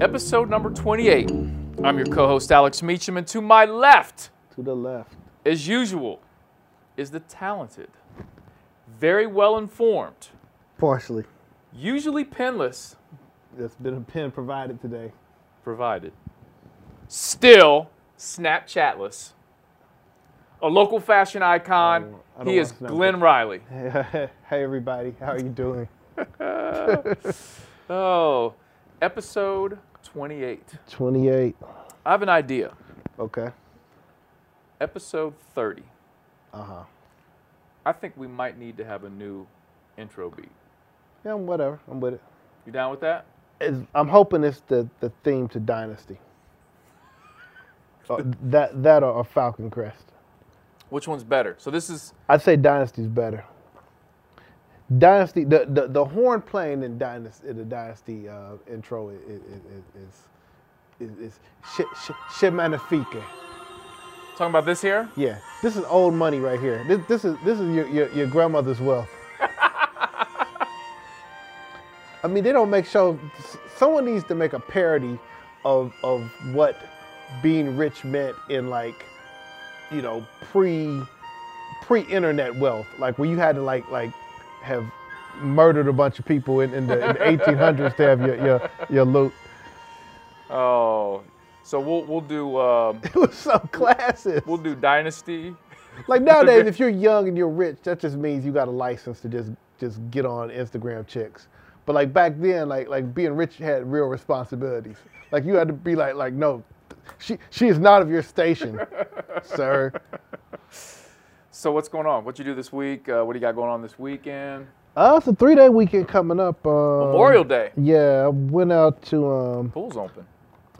Episode number 28. I'm your co host, Alex Meacham, and to my left, To the left. as usual, is the talented, very well informed, Partially. usually penless, That's been a pin provided today. provided, still Snapchatless, a local fashion I icon. don't- I don't He want is Snapchat. Glenn Riley. hey, everybody. How are you doing? Oh, episode 28. 28. I have an idea. Okay. Episode 30. Uh huh. I think we might need to have a new intro beat. Yeah, I'm- whatever. I'm with it. You down with that? It's, I'm hoping it's the, the theme to Dynasty. Uh, that that or, or Falcon Crest. Which one's better? So this is I'd say Dynasty's better. Dynasty, the, the, the horn playing in Dynasty, in the Dynasty uh, intro is is is, is, is sh- sh- Shemanifique. talking about this here. Yeah, this is old money right here. This, this is this is your, your, your grandmother's wealth. I mean, they don't make shows. Someone needs to make a parody of of what being rich meant in like, you know, pre pre internet wealth, like where you had to like like have murdered a bunch of people in, in the, in the 1800s to have your your your loot. Oh, so we'll we'll do um, It was so classes. we'll do Dynasty. Like nowadays, if you're young and you're rich, that just means you got a license to just just get on Instagram chicks. But like back then, like like being rich had real responsibilities. Like you had to be like like no, she she is not of your station, sir. So what's going on? What you do this week? Uh, what do you got going on this weekend? Uh, it's a three day weekend coming up. Um, Memorial Day. Yeah, I went out to um. Pool's open.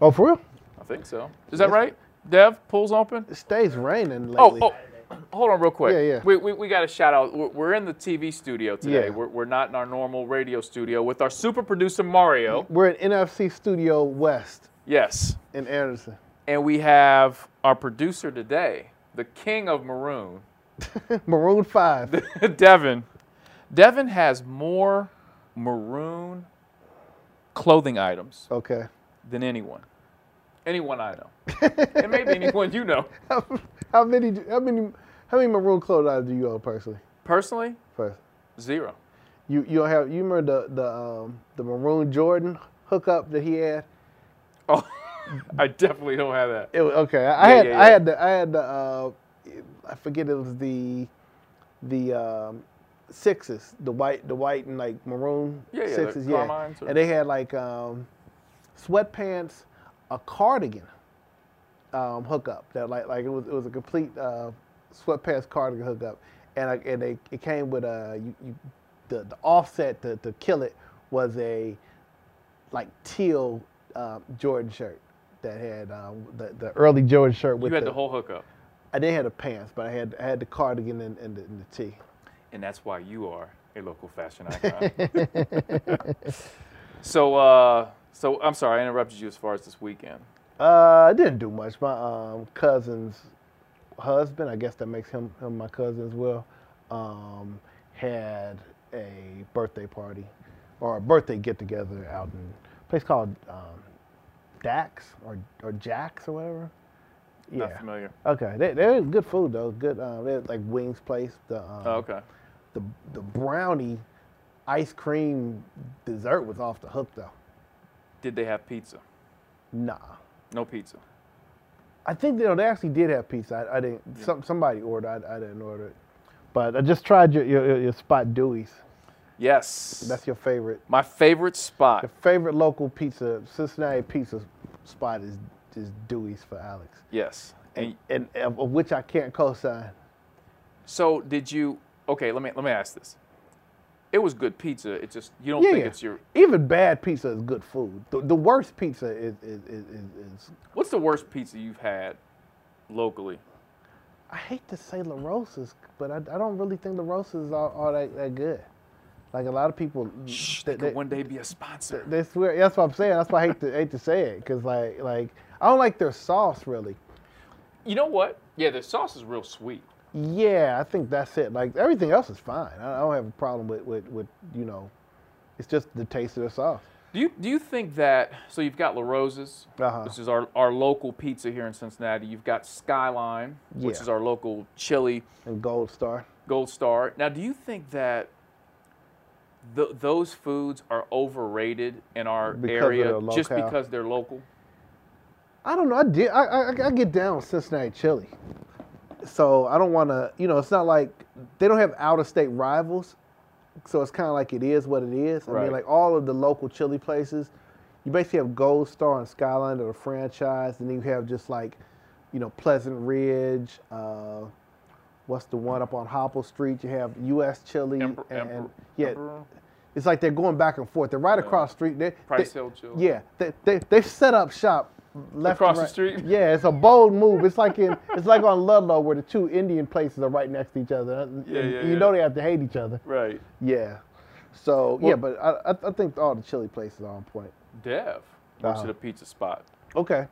Oh, for real? I think so. Is that right? Dev, pool's open. It stays raining lately. Oh, oh, hold on real quick. Yeah, yeah. We, we, we got a shout out. We're, we're in the TV studio today. Yeah. We're, we're not in our normal radio studio with our super producer Mario. We're at NFC Studio West Yes. in Anderson. And we have our producer today, the king of maroon, Maroon Five. Devin. Devin has more maroon clothing items Okay. than anyone. Anyone I know. and maybe anyone you know. How many? How many? How many maroon clothes items do you own personally? Personally, First, zero. you you don't have you remember the the um, the maroon Jordan hookup that he had? Oh, I definitely don't have that. It was, okay, I, I Yeah, had yeah, I yeah. had the I had the uh, I forget it was the the um, sixes, the white the white and like maroon Yeah, yeah, the sixes, Carmines or- and they had like um, sweatpants, a cardigan um, hookup that like like it was it was a complete uh, sweatpants cardigan hookup, and I, and they it came with a you, you the, the offset to, to kill it was a like teal um, Jordan shirt that had um, the the early Jordan shirt with You had the whole hookup. I didn't have the pants, but I had I had the cardigan and, and, the, and the tee. and that's why you are a local fashion icon. so, uh, so I'm sorry I interrupted you as far as this weekend. Uh, I didn't do much. My um, cousin's husband, I guess that makes him, him my cousin as well, um, had a birthday party or a birthday get together out in a place called um, Dax or or Jack's or whatever. Not familiar. Okay, they they're good food though. Good, um, they're like wings place. The um, Oh, okay. the the brownie ice cream dessert was off the hook though. Did they have pizza? Nah, No pizza. I think they, they actually did have pizza. I, I didn't. Some, somebody ordered. I, I didn't order it. But I just tried your your, your- your spot Dewey's. Yes. That's your favorite. my favorite spot. Your favorite local pizza, Cincinnati pizza spot is is Dewey's for Alex, Yes. And and of, of which I can't co-sign. so did you? Okay, let me let me ask this. It was good pizza. It just you don't Yeah, think yeah. it's your. Even bad pizza is good food. The, the worst pizza is is, is, is is What's the worst pizza you've had locally? I hate to say La Rosa's, but I, I don't really think La Rosa's are, are that, that good. Like a lot of people, Shh, they, they could they- one day be a sponsor. they swear. That's what I'm saying. That's why I hate to hate to say it, cause like like I don't like their sauce really. you know what? Yeah, their sauce is real sweet. Yeah, I think that's it. Like everything else is fine. I, I don't have a problem with, with, with you know, it's just the taste of the sauce. Do you do you think that so you've got La Rosa's, Uh-huh. which is our, our local pizza here in Cincinnati. You've got Skyline, which Yeah. is our local chili And Gold Star. Gold Star. Now, do you think that th- those foods are overrated in our Because of area their just locale. because they're local? I don't know. I did. I, I, I get down with Cincinnati chili, so I don't want to. You know, it's not like they don't have out of state rivals, so it's kind of like it is what it is. I Right. mean, like all of the local chili places, you basically have Gold Star and Skyline that are franchised, and then you have just like, you know, Pleasant Ridge. Uh, what's the one up on Hopple Street? You have U.S. Chili. Emperor, and, Emperor, yeah, Emperor? it's like they're going back and forth. They're right across the street. They, Price they- Hill Chili. yeah, they they they've set up shop left Across and the right. street? Yeah, it's a bold move. It's like in it's like on Ludlow where the two Indian places are right next to each other. and Yeah, yeah, you yeah. know they have to hate each other. Right. Yeah. So yeah, Well- but I I- I think all the chili places are on point. Dev works Uh-huh. at a pizza spot. Okay.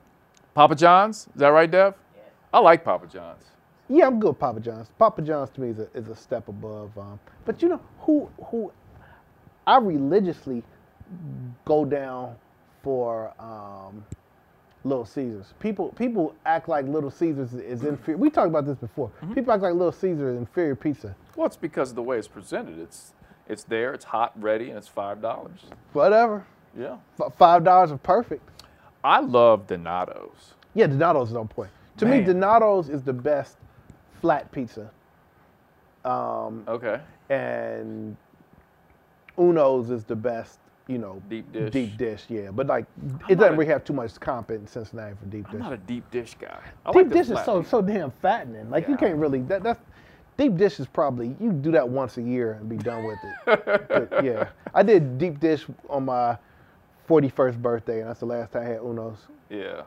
Papa John's? Is that right, Dev? Yeah. I like Papa John's. Yeah, I'm good. with Papa John's. Papa John's to me is a, is a step above. Um, but you know who who I religiously go down for um, Little Caesars. People people act like Little Caesars is inferior. We talked about this before. People act like Little Caesars is inferior pizza. Well, it's because of the way it's presented. It's it's there, it's hot, ready, and it's five dollars. Whatever. Yeah. F- Five dollars is perfect. I love Donato's. Yeah, Donato's is on point. To me, Man. Donato's is the best flat pizza, Okay. and Uno's is the best. You know, Deep dish. Deep dish, yeah. But like, it doesn't not a- really have too much comp in Cincinnati for deep I'm dish. not a deep dish guy. I deep like the dish is flat so pizza. so damn fattening. Like you Yeah. can't really that that's deep dish is probably you do that once a year and be done with it. But, yeah, I did deep dish on my 41st birthday, and that's the last time I had Uno's. Yeah.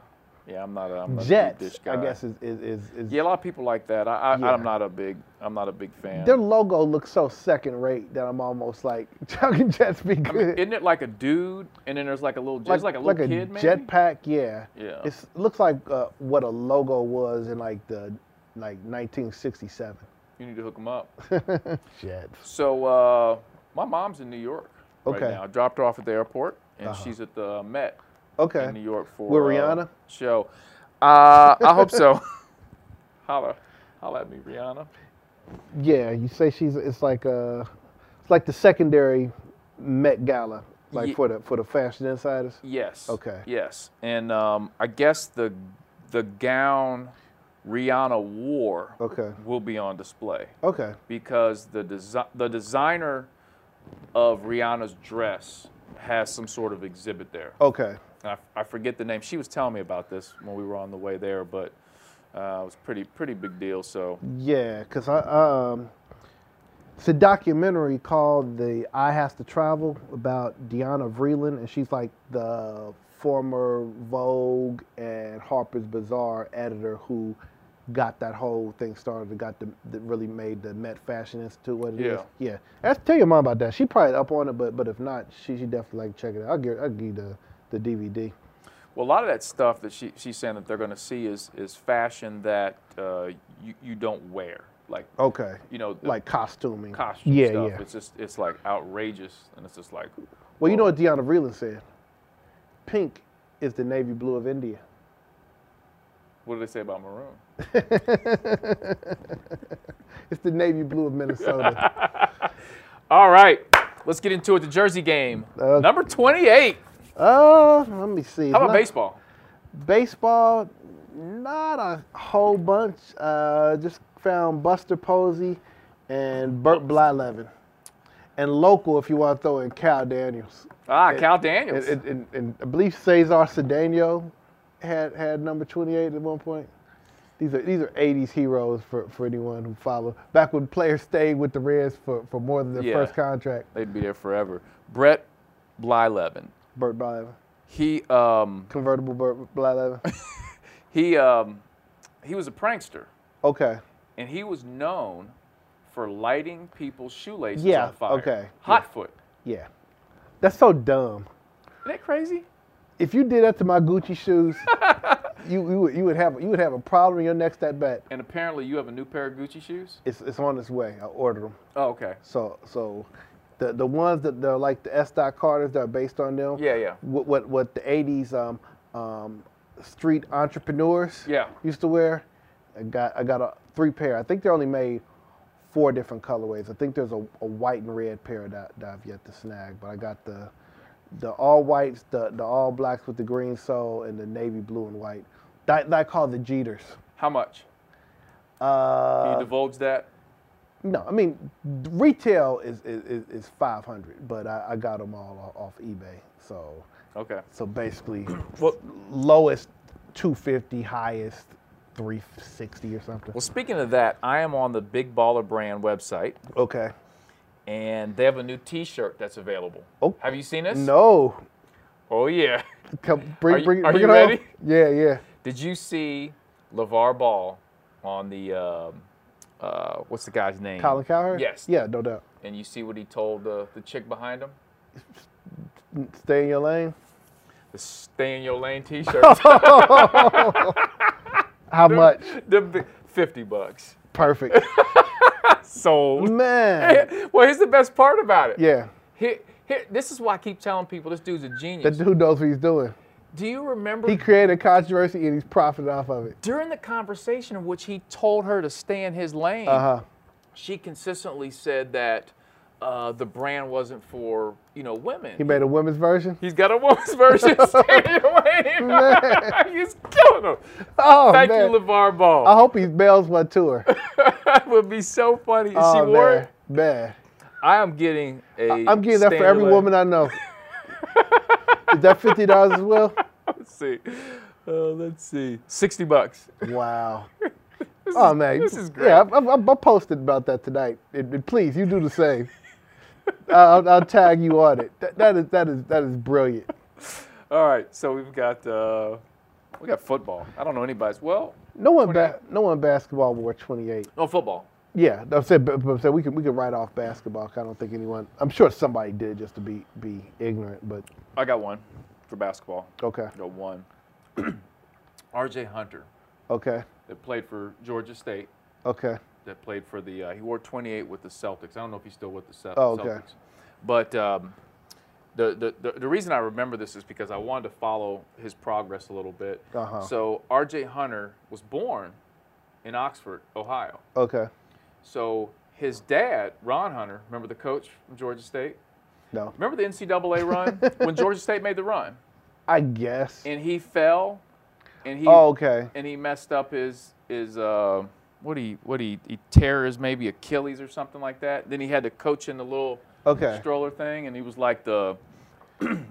Yeah, I'm not a, I'm not a deep Jets, dish guy. I guess is is is, is Yeah, a lot of people like that. I, I Yeah. I'm not a big I'm not a big fan. their logo looks so second rate that I'm almost like how can Jets be I mean, good? isn't it like a dude and then there's like a little there's like a little kid maybe? jetpack, yeah. Yeah. It's looks like uh, what a logo was in like the like 1967. You need to hook them up. Jets. So uh, my mom's in New York Okay. right now. I dropped her off at the airport, and Uh-huh. she's at the Met Okay. in New York for With uh, Rihanna? show. Uh, I hope so. holla, holla at me, Rihanna. Yeah, you say she's it's like uh it's like the secondary Met Gala, like Ye- for the for the fashion insiders. Yes. Okay. Yes, and um, I guess the the gown Rihanna wore Okay. will be on display Okay. because the desi- the designer of Rihanna's dress has some sort of exhibit there. Okay. I, I forget the name. She was telling me about this when we were on the way there, but uh, it was pretty pretty big deal. So Yeah, cause I um it's a documentary called The Eye Has to Travel about Deanna Vreeland and she's like the former Vogue and Harper's Bazaar editor who got that whole thing started that got the that really made the Met Fashion Institute what it is. Yeah. Yeah. That's tell your mom about that. She probably up on it but but if not, she she definitely like check it out. I'll give I'll give you the the DVD. well, a lot of that stuff that she, she's saying that they're going to see is is fashion that uh, you you don't wear, like Okay. you know, the Like costuming. costume yeah, stuff. Yeah. It's just it's like outrageous, and it's just like Well, you know what Deanna Vreeland said? Pink is the navy blue of India. what do they say about maroon? It's the navy blue of Minnesota. All right, let's get into it. The Jersey game, Uh, number twenty-eight. uh, let me see. How about Not- baseball? Baseball, not a whole bunch. Uh, just found Buster Posey and Burt Blyleven. And local, if you want to throw in Cal Daniels. Ah, Cal And, Daniels. and, and, and I believe Cesar Cedeno had, had number 28 at one point. These are these are 80s heroes for, for anyone who follow. Back when players stayed with the Reds for, for more than their Yeah. first contract, They'd be there forever. Brett Blyleven. Burt Blyleven, He um, convertible Burt Blyleven. he um, he was a prankster, Okay, and he was known for lighting people's shoelaces Yeah, on fire. okay, Hot foot. yeah, that's so dumb. Isn't that crazy? If you did that to my Gucci shoes, you, you would- you would have you would have a problem in your next at bat. And apparently, you have a new pair of Gucci shoes. It's it's on its way. I ordered them. Oh, okay. So so, the the ones that they're like the S. Dot Carters that are based on them. Yeah, yeah. What what what the '80s um, um, street entrepreneurs. Yeah. Used to wear. I got I got a three pair. I think they're only made four different colorways. I think there's a, a white and red pair that, that I've yet to snag, but I got the the all whites, the the all blacks with the green sole, and the navy blue and white. That that I call the Jeters. How much? Uh, Can you divulge that? no, I mean d- retail is is, is, is five hundred, but I, I got them all o- off eBay. So Okay. so basically, Well- lowest two fifty, highest three sixty or something. Well, speaking of that, I am on the Big Baller Brand website, Okay. and they have a new T-shirt that's available. Oh. Have you seen this? No, Oh yeah. come bring Are you- bring are bring you it on. ready? Yeah, yeah. Did you see LeVar Ball on the um, uh, what's the guy's name? Colin Cowherd. Yes. Yeah, no doubt. And you see what he told the, the chick behind him? Stay in your lane. The "Stay in Your Lane" T-shirt. How much? They're big- Fifty bucks. Perfect. Sold. Man. well, here's the best part about it. Yeah. Here, here, this is why I keep telling people this dude's a That genius. dude knows what he's doing. Do you remember He created controversy and he's profiting off of it. during the conversation in which he told her to stay in his lane, Uh huh. she consistently said that uh, the brand wasn't for you know women. He made a women's version. He's got a woman's version. Stay away. He's killing him. Oh Thank man. Uh, you, LeVar I Ball. hope he bails one to her. that would be so funny. If she oh wore man, it. man. I am getting a. I'm getting that for every standalone- woman I know. Is that fifty dollars as well? Let's see. Uh, let's see. Sixty bucks. Wow. oh man, this is great. Yeah, I, I, I posted about that tonight. And- and please, you do the same. I'll, I'll tag you on it. That, that is that is that is brilliant. All right. So we've got uh, we got football. I don't know anybody's. Well, No one ba- no one basketball wore 28. no football. Yeah, I said, but, but I said we can we can write off basketball. 'cause I don't think anyone. I'm sure somebody did just to be be ignorant, but I got one for basketball. okay, I got one. R.J. Hunter, okay, that played for Georgia State, okay. that played for the. Uh, he wore 28 with the Celtics. I don't know if he's still with the Cel- Oh, okay. Celtics. But um, the, the, the the reason I remember this is because I wanted to follow his progress a little bit. Uh-huh. So R.J. Hunter was born in Oxford, Ohio. Okay. So his dad, Ron Hunter, remember the coach from Georgia State? No. Remember the NCAA run when Georgia State made the run I guess. and he fell and he Oh, okay. and he messed up his his uh, what he what he he tear his maybe Achilles or something like that. Then he had to coach in the little Okay. stroller thing, and he was like the um,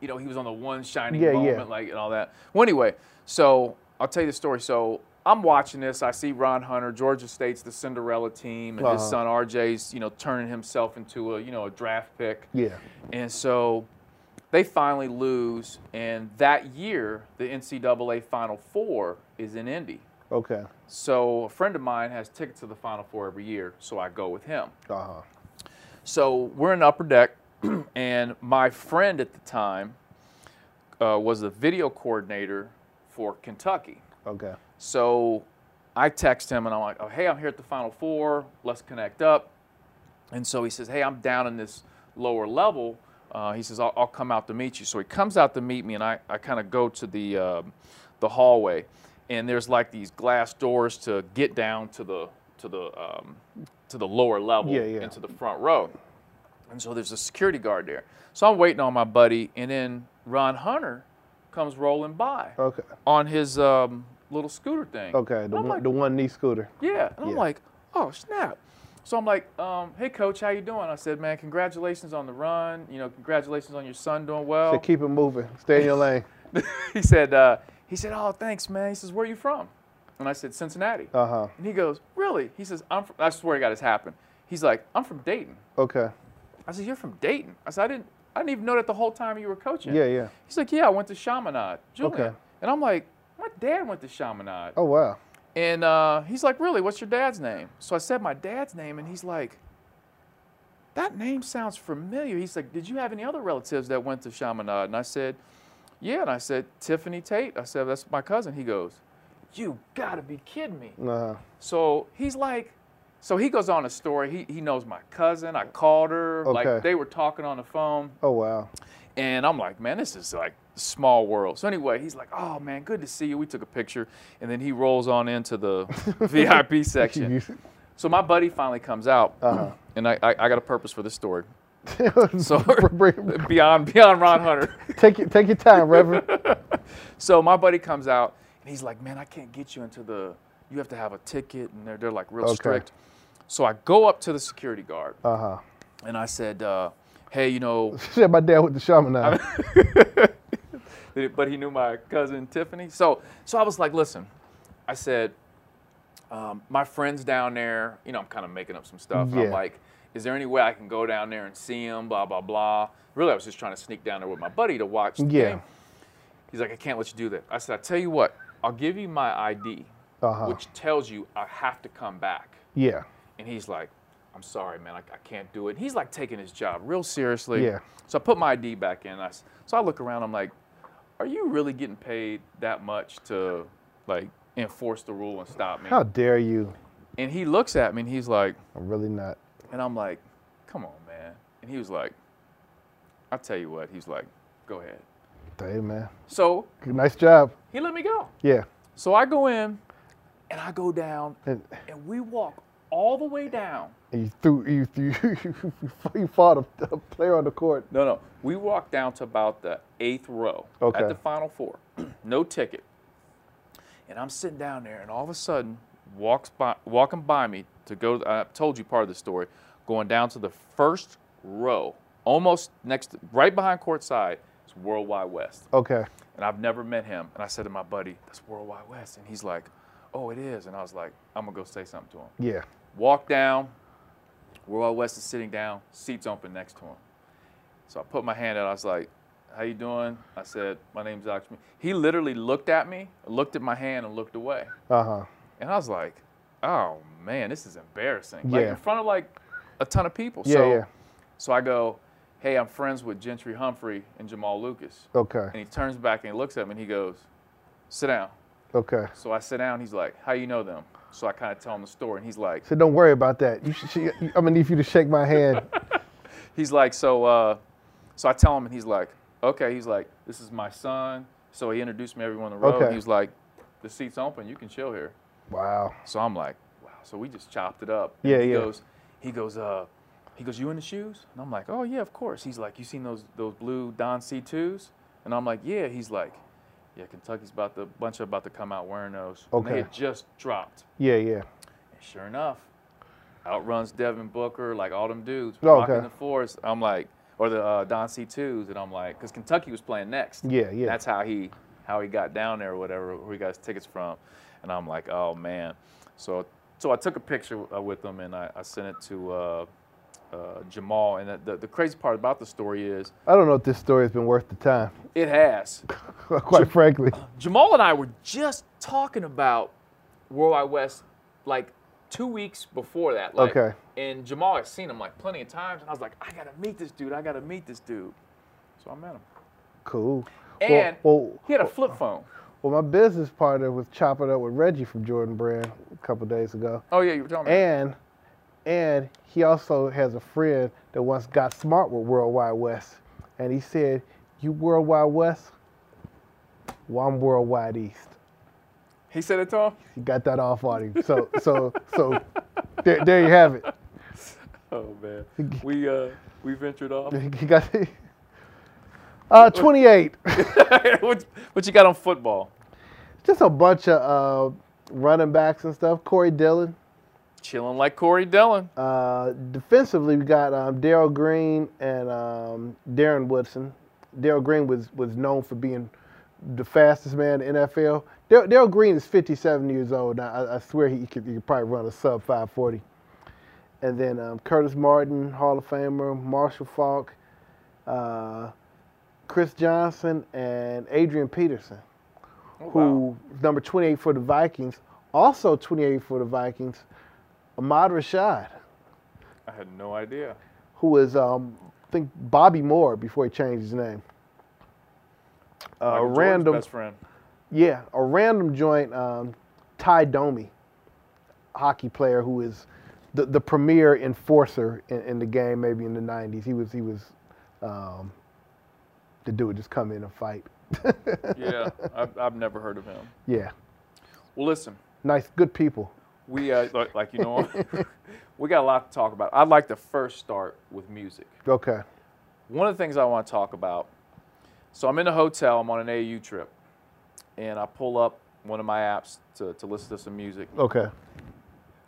you know he was on the one shining Yeah, yeah. moment like and all that. Well, anyway, so I'll tell you the story. So. I'm watching this. I see Ron Hunter, Georgia State's the Cinderella team, and his Uh-huh. son RJ's, you know, turning himself into a, you know, a draft pick. Yeah. And so they finally lose, and that year, the NCAA Final Four is in Indy. Okay. So a friend of mine has tickets to the Final Four every year, so I go with him. Uh huh. So we're in upper deck, and my friend at the time uh, was the video coordinator for Kentucky. Okay. So I text him and I'm like, oh, hey, I'm here at the Final Four. Let's connect up. And so he says, hey, I'm down in this lower level. Uh, he says, I'll, I'll come out to meet you. So he comes out to meet me and I, I kind of go to the, um, the hallway. And there's like these glass doors to get down to the, to the, um, to the lower level Yeah, yeah. and to the front row. And so there's a security guard there. So I'm waiting on my buddy, and then Ron Hunter comes rolling by Okay. on his um, little scooter thing. Okay. And The I'm one, like, the one knee scooter. yeah. And I'm Yeah. like, oh snap. So I'm like, um, hey coach, how you doing? I said, man, congratulations on the run. You know, congratulations on your son doing well. So keep it moving. Stay in your lane. he said, uh, he said, oh thanks, man. He says, where are you from? And I said, Cincinnati. Uh huh. and he goes, really? He says, I'm. From, I swear to God, this happened. He's like, I'm from Dayton. Okay. I said, you're from Dayton. I said, I didn't. I didn't even know that the whole time you were coaching. Yeah. Yeah. He's like, yeah, I went to Chaminade, Julian. Okay. And I'm like, my dad went to Chaminade. Oh wow. And uh, he's like, Really, what's your dad's name? So I said my dad's name, and he's like, That name sounds familiar. He's like, Did you have any other relatives that went to Chaminade? And I said, Yeah, and I said, Tiffany Tate. I said, that's my cousin. He goes, You gotta be kidding me. Uh, So he's like, so he goes on a story. He, he knows my cousin. I called her. Like Okay. they were talking on the phone. oh wow. And I'm like, man, this is like small world. So anyway, he's like, oh man, good to see you. We took a picture. And then he rolls on into the VIP section. So my buddy finally comes out. Uh-huh. And I, I, I got a purpose for this story. So Bring- beyond beyond Ron Hunter. take your take your time, Reverend. So my buddy comes out and he's like, "Man, I can't get you into the. You have to have a ticket, and they're they're like real Okay. strict." So I go up to the security guard Uh huh. and I said, uh, "Hey, you know," Shit, my dad with the shaman now. but he knew my cousin Tiffany. So so I was like, "Listen," I said, um, "My friends down there. You know, I'm kind of making up some stuff. And I'm Yeah. like." Is there any way I can go down there and see him? Blah blah blah. Really, I was just trying to sneak down there with my buddy to watch the Yeah. game. He's like, I can't let you do that. I said, I tell you what, I'll give you my ID, Uh-huh. which tells you I have to come back. Yeah. And he's like, I'm sorry, man, I, I can't do it. He's like taking his job real seriously. Yeah. So I put my ID back in. I s so I look around, I'm like, are you really getting paid that much to like enforce the rule and stop me? How dare you? And he looks at me and he's like, I'm really not. and I'm like, come on, man. And he was like, I'll tell you what. He's like, go ahead. Hey man. So Good- Nice job. he let me go. Yeah. So I go in and I go down And, and we walk all the way down. and you threw you threw you fought a, a player on the court. No, no. We walked down to about the eighth row Okay. at the final four. no ticket. And I'm sitting down there and all of a sudden walks by walking by me to go I told you part of the story, going down to the first row, almost next right behind court side, is World Wide West. Okay. and I've never met him. And I said to my buddy, "That's World Wide West," and he's like, "Oh, it is." And I was like, "I'm gonna go say something to him." Yeah. Walk down. World Wide West is sitting down. Seats open next to him. So I put my hand out. I was like, "How you doing?" I said, "My name's Oxman." He literally looked at me, looked at my hand, and looked away. Uh huh. And I was like, "Oh man, this is embarrassing." Like Yeah. in front of like a ton of people. Yeah, so, yeah. so I go, "Hey, I'm friends with Gentry Humphrey and Jamal Lucas." And Okay. he turns back and he looks at me and he goes, Sit down. Okay. So I sit down. He's like, How you know them? So I kind of tell him the story. And he's like, So don't worry about that. You should, she, I'm gonna need you to shake my hand. He's like, So, uh, so I tell him and he's like, Okay. He's like, This is my son. So he introduced me to everyone on the road. Okay. He was like, The seat's open. You can chill here. Wow. So I'm like, Wow. So we just chopped it up. Yeah, he yeah. Goes, he goes, uh, he goes, you in the shoes? And I'm like, oh yeah, of course. He's like, you seen those those blue Don C2s? And I'm like, yeah. He's like, yeah, Kentucky's about to bunch of about to come out wearing those. And Okay. they had just dropped. Yeah, yeah. And sure enough, out runs Devin Booker, like all them dudes Oh, rocking okay. the fours. I'm like, or the uh, Don C2s, and I'm like, because Kentucky was playing next. Yeah, yeah. That's how he how he got down there or whatever, where he got his tickets from. And I'm like, oh man. So so I took a picture uh, with him and I, I sent it to uh, uh, Jamal. And the, the, the crazy part about the story is I don't know if this story has been worth the time. it has. Quite frankly. Jamal and I were just talking about World Wide West like two weeks before that. Like, Okay. And Jamal had seen him like plenty of times, and I was like, I gotta meet this dude. I gotta meet this dude. So I met him. Cool. And well, well, he had a flip phone. Well, my business partner was chopping up with Reggie from Jordan Brand a couple days ago, Oh yeah, you were talking about. and and he also has a friend that once got smart with World Wide West, and he said, "You World Wide West, well I'm World Wide East." He said it to him. He got that off on him. So so so, there, there you have it. Oh man, we uh we ventured off. He got the uh, 28. what, what you got on football? Just a bunch of uh, running backs and stuff. Corey Dillon. Chilling like Corey Dillon. Uh, defensively, we got um, Daryl Green and um, Darren Woodson. Daryl Green was, was known for being the fastest man in the NFL. Dar- Daryl Green is 57 years old. Now, I, I swear he could, he could probably run a sub 540. And then um, Curtis Martin, Hall of Famer, Marshall Falk, uh, Chris Johnson, and Adrian Peterson Oh, wow. who number 28 for the Vikings, also 28 for the Vikings, Ahmad Rashad, I had no idea. who is um, I think Bobby Moore before he changed his name. a Michael Jordan's random best friend. Yeah, a random joint, um, Ty Domi, hockey player who is the, the premier enforcer in, in the game. Maybe in the '90s, he was he was um, the dude would just come in and fight. Yeah, I've, I've never heard of him. Yeah, Well, listen, nice, good people. we uh, like, like you know, we got a lot to talk about. I'd like to first start with music. Okay, One of the things I want to talk about. So I'm in a hotel. I'm on an AU trip, and I pull up one of my apps to, to listen to some music. okay.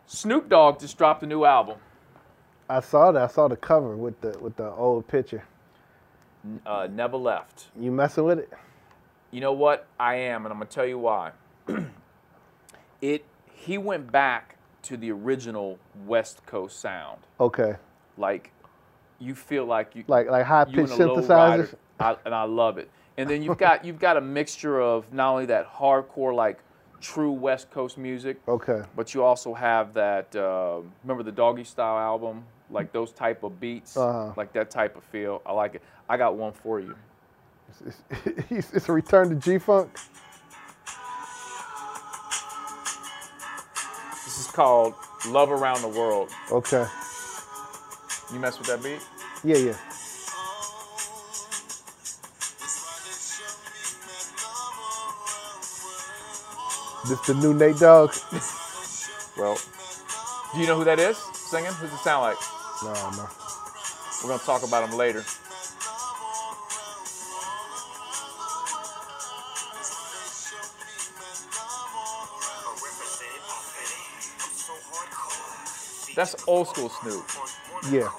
Snoop Dogg just dropped a new album. I saw that. I saw the cover with the with the old picture. Uh, Never left. You messing with it? You know what? I am, and I'm gonna tell you why. it he went back to the original West Coast sound. Okay, Like you feel like you like like high you pitched and a low rider, synthesizers. I, and I love it. And then you've got you've got a mixture of not only that hardcore like true West Coast music, Okay, but you also have that uh, remember the Doggy Style album, like those type of beats, Uh-huh. like that type of feel. I like it. I got one for you. it's, it's, it's a return to G funk. This is called Love Around the World. Okay, You mess with that beat? yeah, yeah. This the new Nate Dogg. Well, do you know who that is singing? Who's it sound like? no, no. We're gonna talk about him later. That's old school Snoop. Yeah.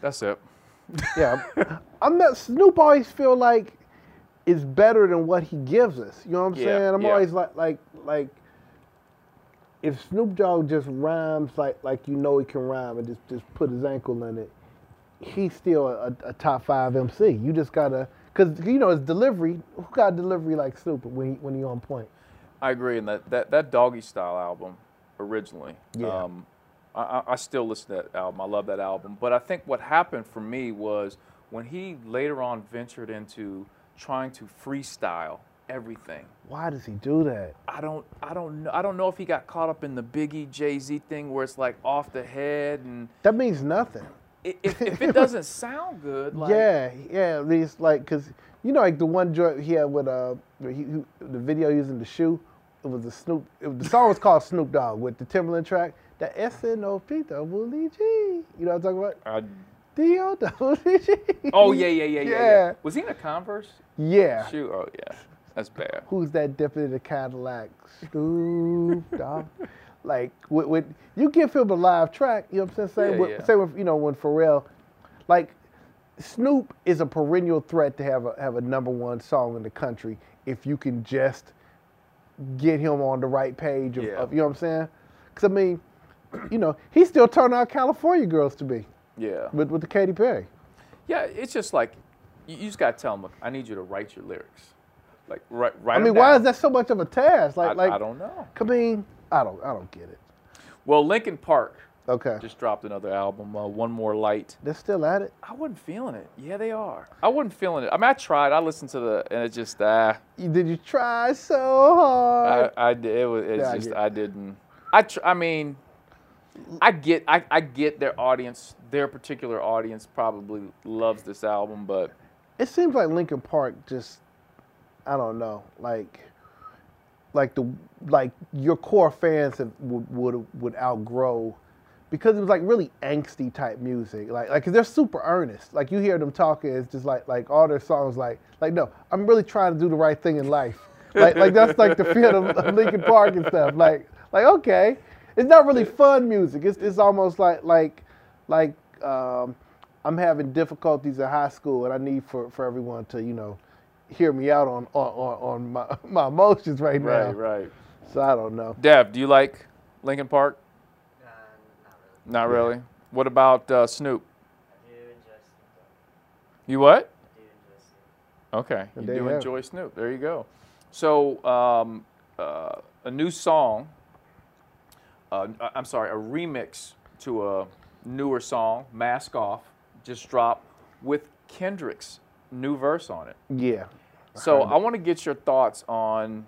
That's it. Yeah, I'm- I'm not. Snoop always feel like is better than what he gives us. You know what I'm Yeah, saying? I'm yeah. always like, like, like. If Snoop Dogg just rhymes like like you know he can rhyme and just just put his ankle in it, he's still a, a top five MC. You just gotta, cause you know his delivery. Who got delivery like Snoop when he, when he on point? I agree, and that that, that Doggy Style album originally. Yeah. Um, I, I- I still listen to that album. I love that album. But I think what happened for me was when he later on ventured into trying to freestyle everything. Why does he do that? I don't I don't know I don't know if he got caught up in the Biggie Jay Z thing where it's like off the head and That means nothing. i- if, if it doesn't sound good like yeah, yeah. At least like, cause you know, like the one joint he had with uh, where he, he, the video using the shoe. It was the Snoop. It was, the song was called Snoop Dogg with the Timberland track. The S N O P double E G. You know what I'm talking about? I- D O double E G. oh yeah, yeah yeah yeah yeah Yeah. was he in a Converse Yeah. shoe oh yeah that's bad Who's that dipping in the Cadillac? Snoop Dogg. like with, with you give him a live track. You know what I'm saying? Say Yeah, with, yeah. say with you know when Pharrell, like Snoop is a perennial threat to have a have a number one song in the country if you can just get him on the right page of, Yeah. of you know what I'm saying? Because I mean, you know he's still turning out California girls to be yeah with with the Katy Perry. yeah it's just like you, you just gotta tell him look I need you to write your lyrics like right right I mean, why is that so much of a task? Like I, like I don't know I mean, I don't I don't get it. well Linkin Park Okay, just dropped another album uh, One More Light they're still at it. I wasn't feeling it yeah they are I wasn't feeling it I mean I tried I listened to the and it just ah. You- Did you try so hard? I, I did. It was. It's Yeah, I just. get I, didn't. I. Tr- I mean, I get. I, I get their audience. Their particular audience probably loves this album, but it seems like Lincoln Park just, I don't know, like, like the like your core fans have, would, would would outgrow, because it was like really angsty type music. Like like 'cause they're super earnest. Like you hear them talking, it's just like like all their songs. Like like no, I'm really trying to do the right thing in life. Like like that's like the feel of, of Lincoln Park and stuff. Like like okay, it's not really fun music. It's it's almost like like like um, I'm having difficulties in high school, and I need for, for everyone to you know hear me out on on, on, on my, my emotions right now. right. So I don't know. Dev, do you like Linkin Park? Uh, not really. Not really. What about uh, Snoop? I do enjoy Snoop Dogg. You what? I do enjoy Snoop. Okay, you There do you go. enjoy Snoop. There you go. So um, uh, a new song uh, I- I'm sorry, a remix to a newer song, Mask Off, just dropped with Kendrick's new verse on it. Yeah. So I want to get your thoughts on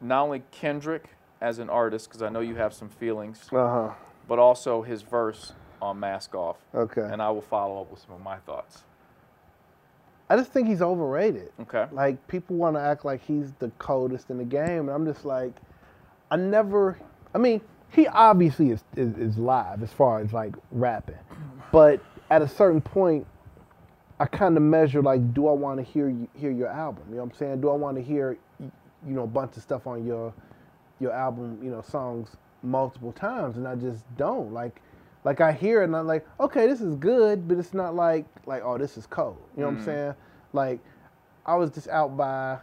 not only Kendrick as an artist, because I know you have some feelings, Uh huh. but also his verse on Mask Off. Okay. And I will follow up with some of my thoughts. I just think he's overrated. Okay. Like people want to act like he's the coldest in the game, and I'm just like, I never. I mean, he obviously is is, is live as far as like rapping, but at a certain point, I kind of measure like, do I want to hear you, hear your album? You know what I'm saying? Do I want to hear y- you know a bunch of stuff on your your album, you know, songs multiple times, and I just don't like. Like I hear it and I'm like, okay, this is good, but it's not like like oh, this is cold. You know what I'm saying? Like, I was just out by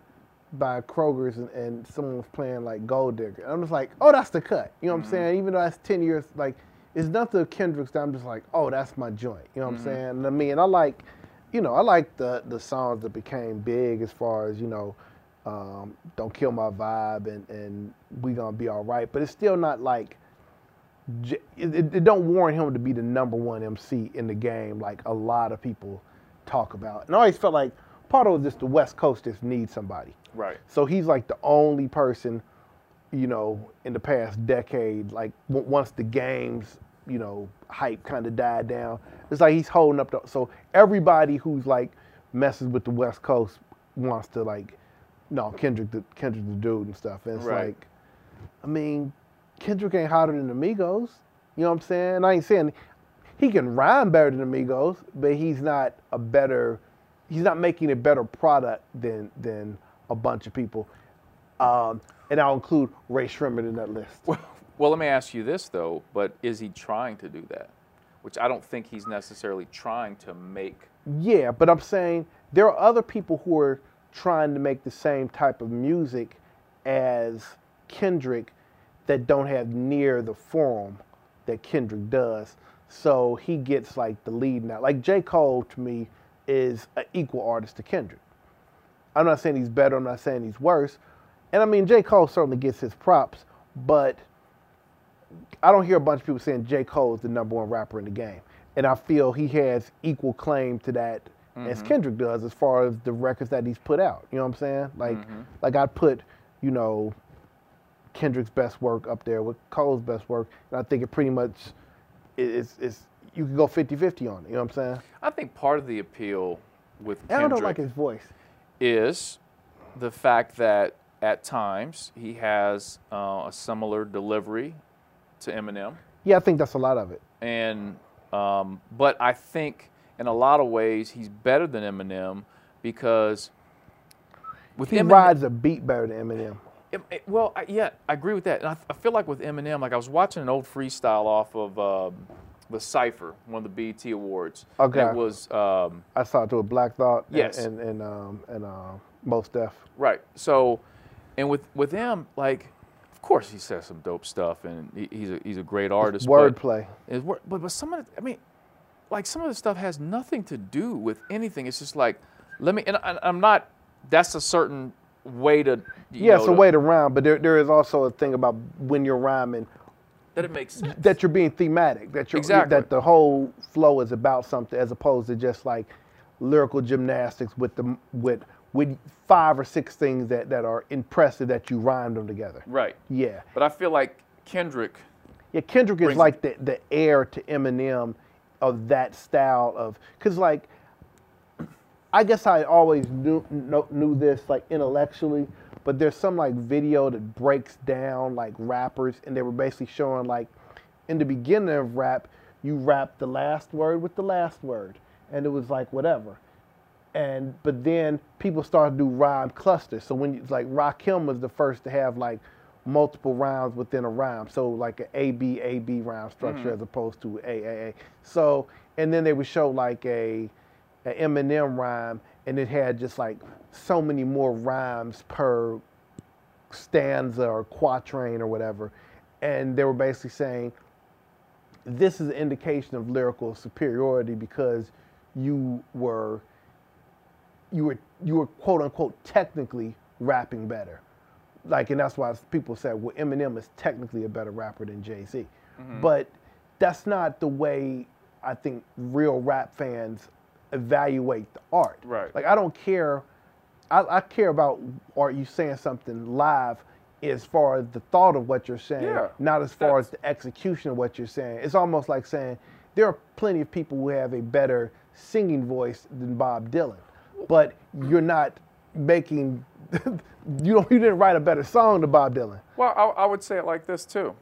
by Kroger's and, and someone was playing like Gold Digger, and I'm just like, oh, that's the cut. You know what I'm saying? Even though that's ten years, like, it's nothing of Kendrick's that I'm just like, oh, that's my joint. You know what I'm saying? And I mean, I like, you know, I like the the songs that became big as far as you know. Um, don't kill my vibe and, and we gonna be all right but it's still not like j- it, it, it don't warrant him to be the number one MC in the game, like a lot of people talk about. And I always felt like part of just the West Coast just needs somebody. Right. So he's like the only person, you know, in the past decade, like w- once the game's, you know, hype kind of died down, it's like he's holding up. The, so everybody who's like messes with the West Coast wants to like, no, Kendrick, the, Kendrick the dude and stuff. And it's Right. like, I mean, Kendrick ain't hotter than Amigos. You know what I'm saying? I ain't saying he can rhyme better than Amigos, but he's not a better. He's not making a better product than than a bunch of people. Um, and I'll include Ray Shremmerd in that list. Well, let me ask you this though, but is he trying to do that? Which I don't think he's necessarily trying to make. Yeah, but I'm saying there are other people who are trying to make the same type of music as Kendrick that don't have near the form that Kendrick does. So he gets like the lead now. Like J. Cole to me is an equal artist to Kendrick. I'm not saying he's better, I'm not saying he's worse. And I mean, J. Cole certainly gets his props, but I don't hear a bunch of people saying J. Cole is the number one rapper in the game. And I feel he has equal claim to that as Mm-hmm. Kendrick does as far as the records that he's put out. You know what I'm saying? Like Mm-hmm. like I'd put, you know, Kendrick's best work up there with Cole's best work. And I think it pretty much is is you can go 50-50 on it. You know what I'm saying? I think part of the appeal with And I Kendrick don't like his voice. is the fact that at times he has uh, a similar delivery to Eminem, Yeah, I think that's a lot of it. and um, but I think in a lot of ways he's better than Eminem because with He Eminem, rides a beat better than Eminem. Em- eh, well, I, yeah, I agree with that. And I, I feel like with Eminem, like I was watching an old freestyle off of um, the Cipher, one of the BET Awards. and Okay. it was um, I saw it to a Black Thought and, Yes. and, and um and um Most Def. Right. So, and with with him, like, of course he says some dope stuff, and he, he's a, he's a great artist. But, Wordplay. it's wor- but but some of the, I mean, like some of the stuff has nothing to do with anything. It's just like, let me. And I, I'm not. That's a certain way to. You Yeah, know, it's a to- way to rhyme, but there, there is also a thing about when you're rhyming that it makes sense. that you're being thematic, that you're Exactly. that the whole flow is about something, as opposed to just like lyrical gymnastics with the with with five or six things that, that are impressive that you rhymed them together. Right. Yeah, But I feel like Kendrick. yeah. Kendrick is Brings- like the the heir to Eminem of that style of because like I guess I always knew kno- knew this like intellectually, but there's some like video that breaks down like rappers, and they were basically showing like in the beginning of rap, you rap the last word with the last word, and it was like whatever. And but then people started to do rhyme clusters. So when you, like Rakim was the first to have like multiple rhymes within a rhyme, so like an A B A B rhyme structure as opposed to A A A. So and then they would show like a an Eminem rhyme, and it had just like so many more rhymes per stanza or quatrain or whatever. And they were basically saying, this is an indication of lyrical superiority because you were you were you were quote unquote technically rapping better like, and that's why people say, well, Eminem is technically a better rapper than Jay Z, but that's not the way I think real rap fans evaluate the art. Right. Like, I don't care. I, I care about are you saying something live as far as the thought of what you're saying, Yeah. not as far That's- as the execution of what you're saying. It's almost like saying there are plenty of people who have a better singing voice than Bob Dylan, but you're not making you don't you didn't write a better song than Bob Dylan. Well, I, I would say it like this too.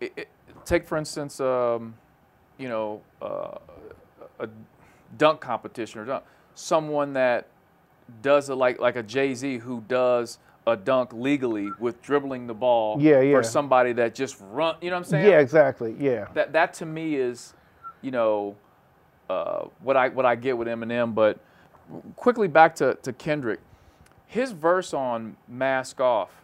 It, it, take for instance, um, you know, uh, a dunk competition or dunk. Someone that does it like like a Jay Z who does a dunk legally with dribbling the ball. Yeah, yeah. Or somebody that just run. You know what I'm saying? Yeah, exactly. Yeah. that that to me is, you know, uh, what I what I get with Eminem. But quickly back to to Kendrick, his verse on "Mask Off,"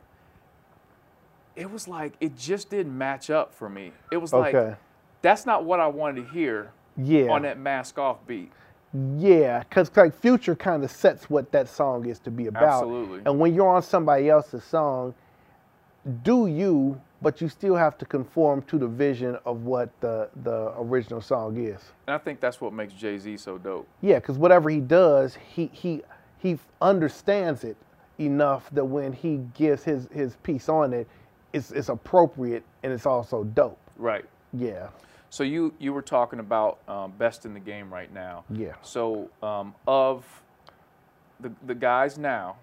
it was like it just didn't match up for me. It was Okay. like that's not what I wanted to hear Yeah. on that "Mask Off" beat. Yeah, because like Future kind of sets what that song is to be about. Absolutely. And when you're on somebody else's song, do you, but you still have to conform to the vision of what the the original song is. And I think that's what makes Jay Z so dope. Yeah, because whatever he does, he he he understands it enough that when he gives his his piece on it, it's it's appropriate and it's also dope. Right. Yeah. So you you were talking about um, best in the game right now. Yeah. So um, of the the guys now,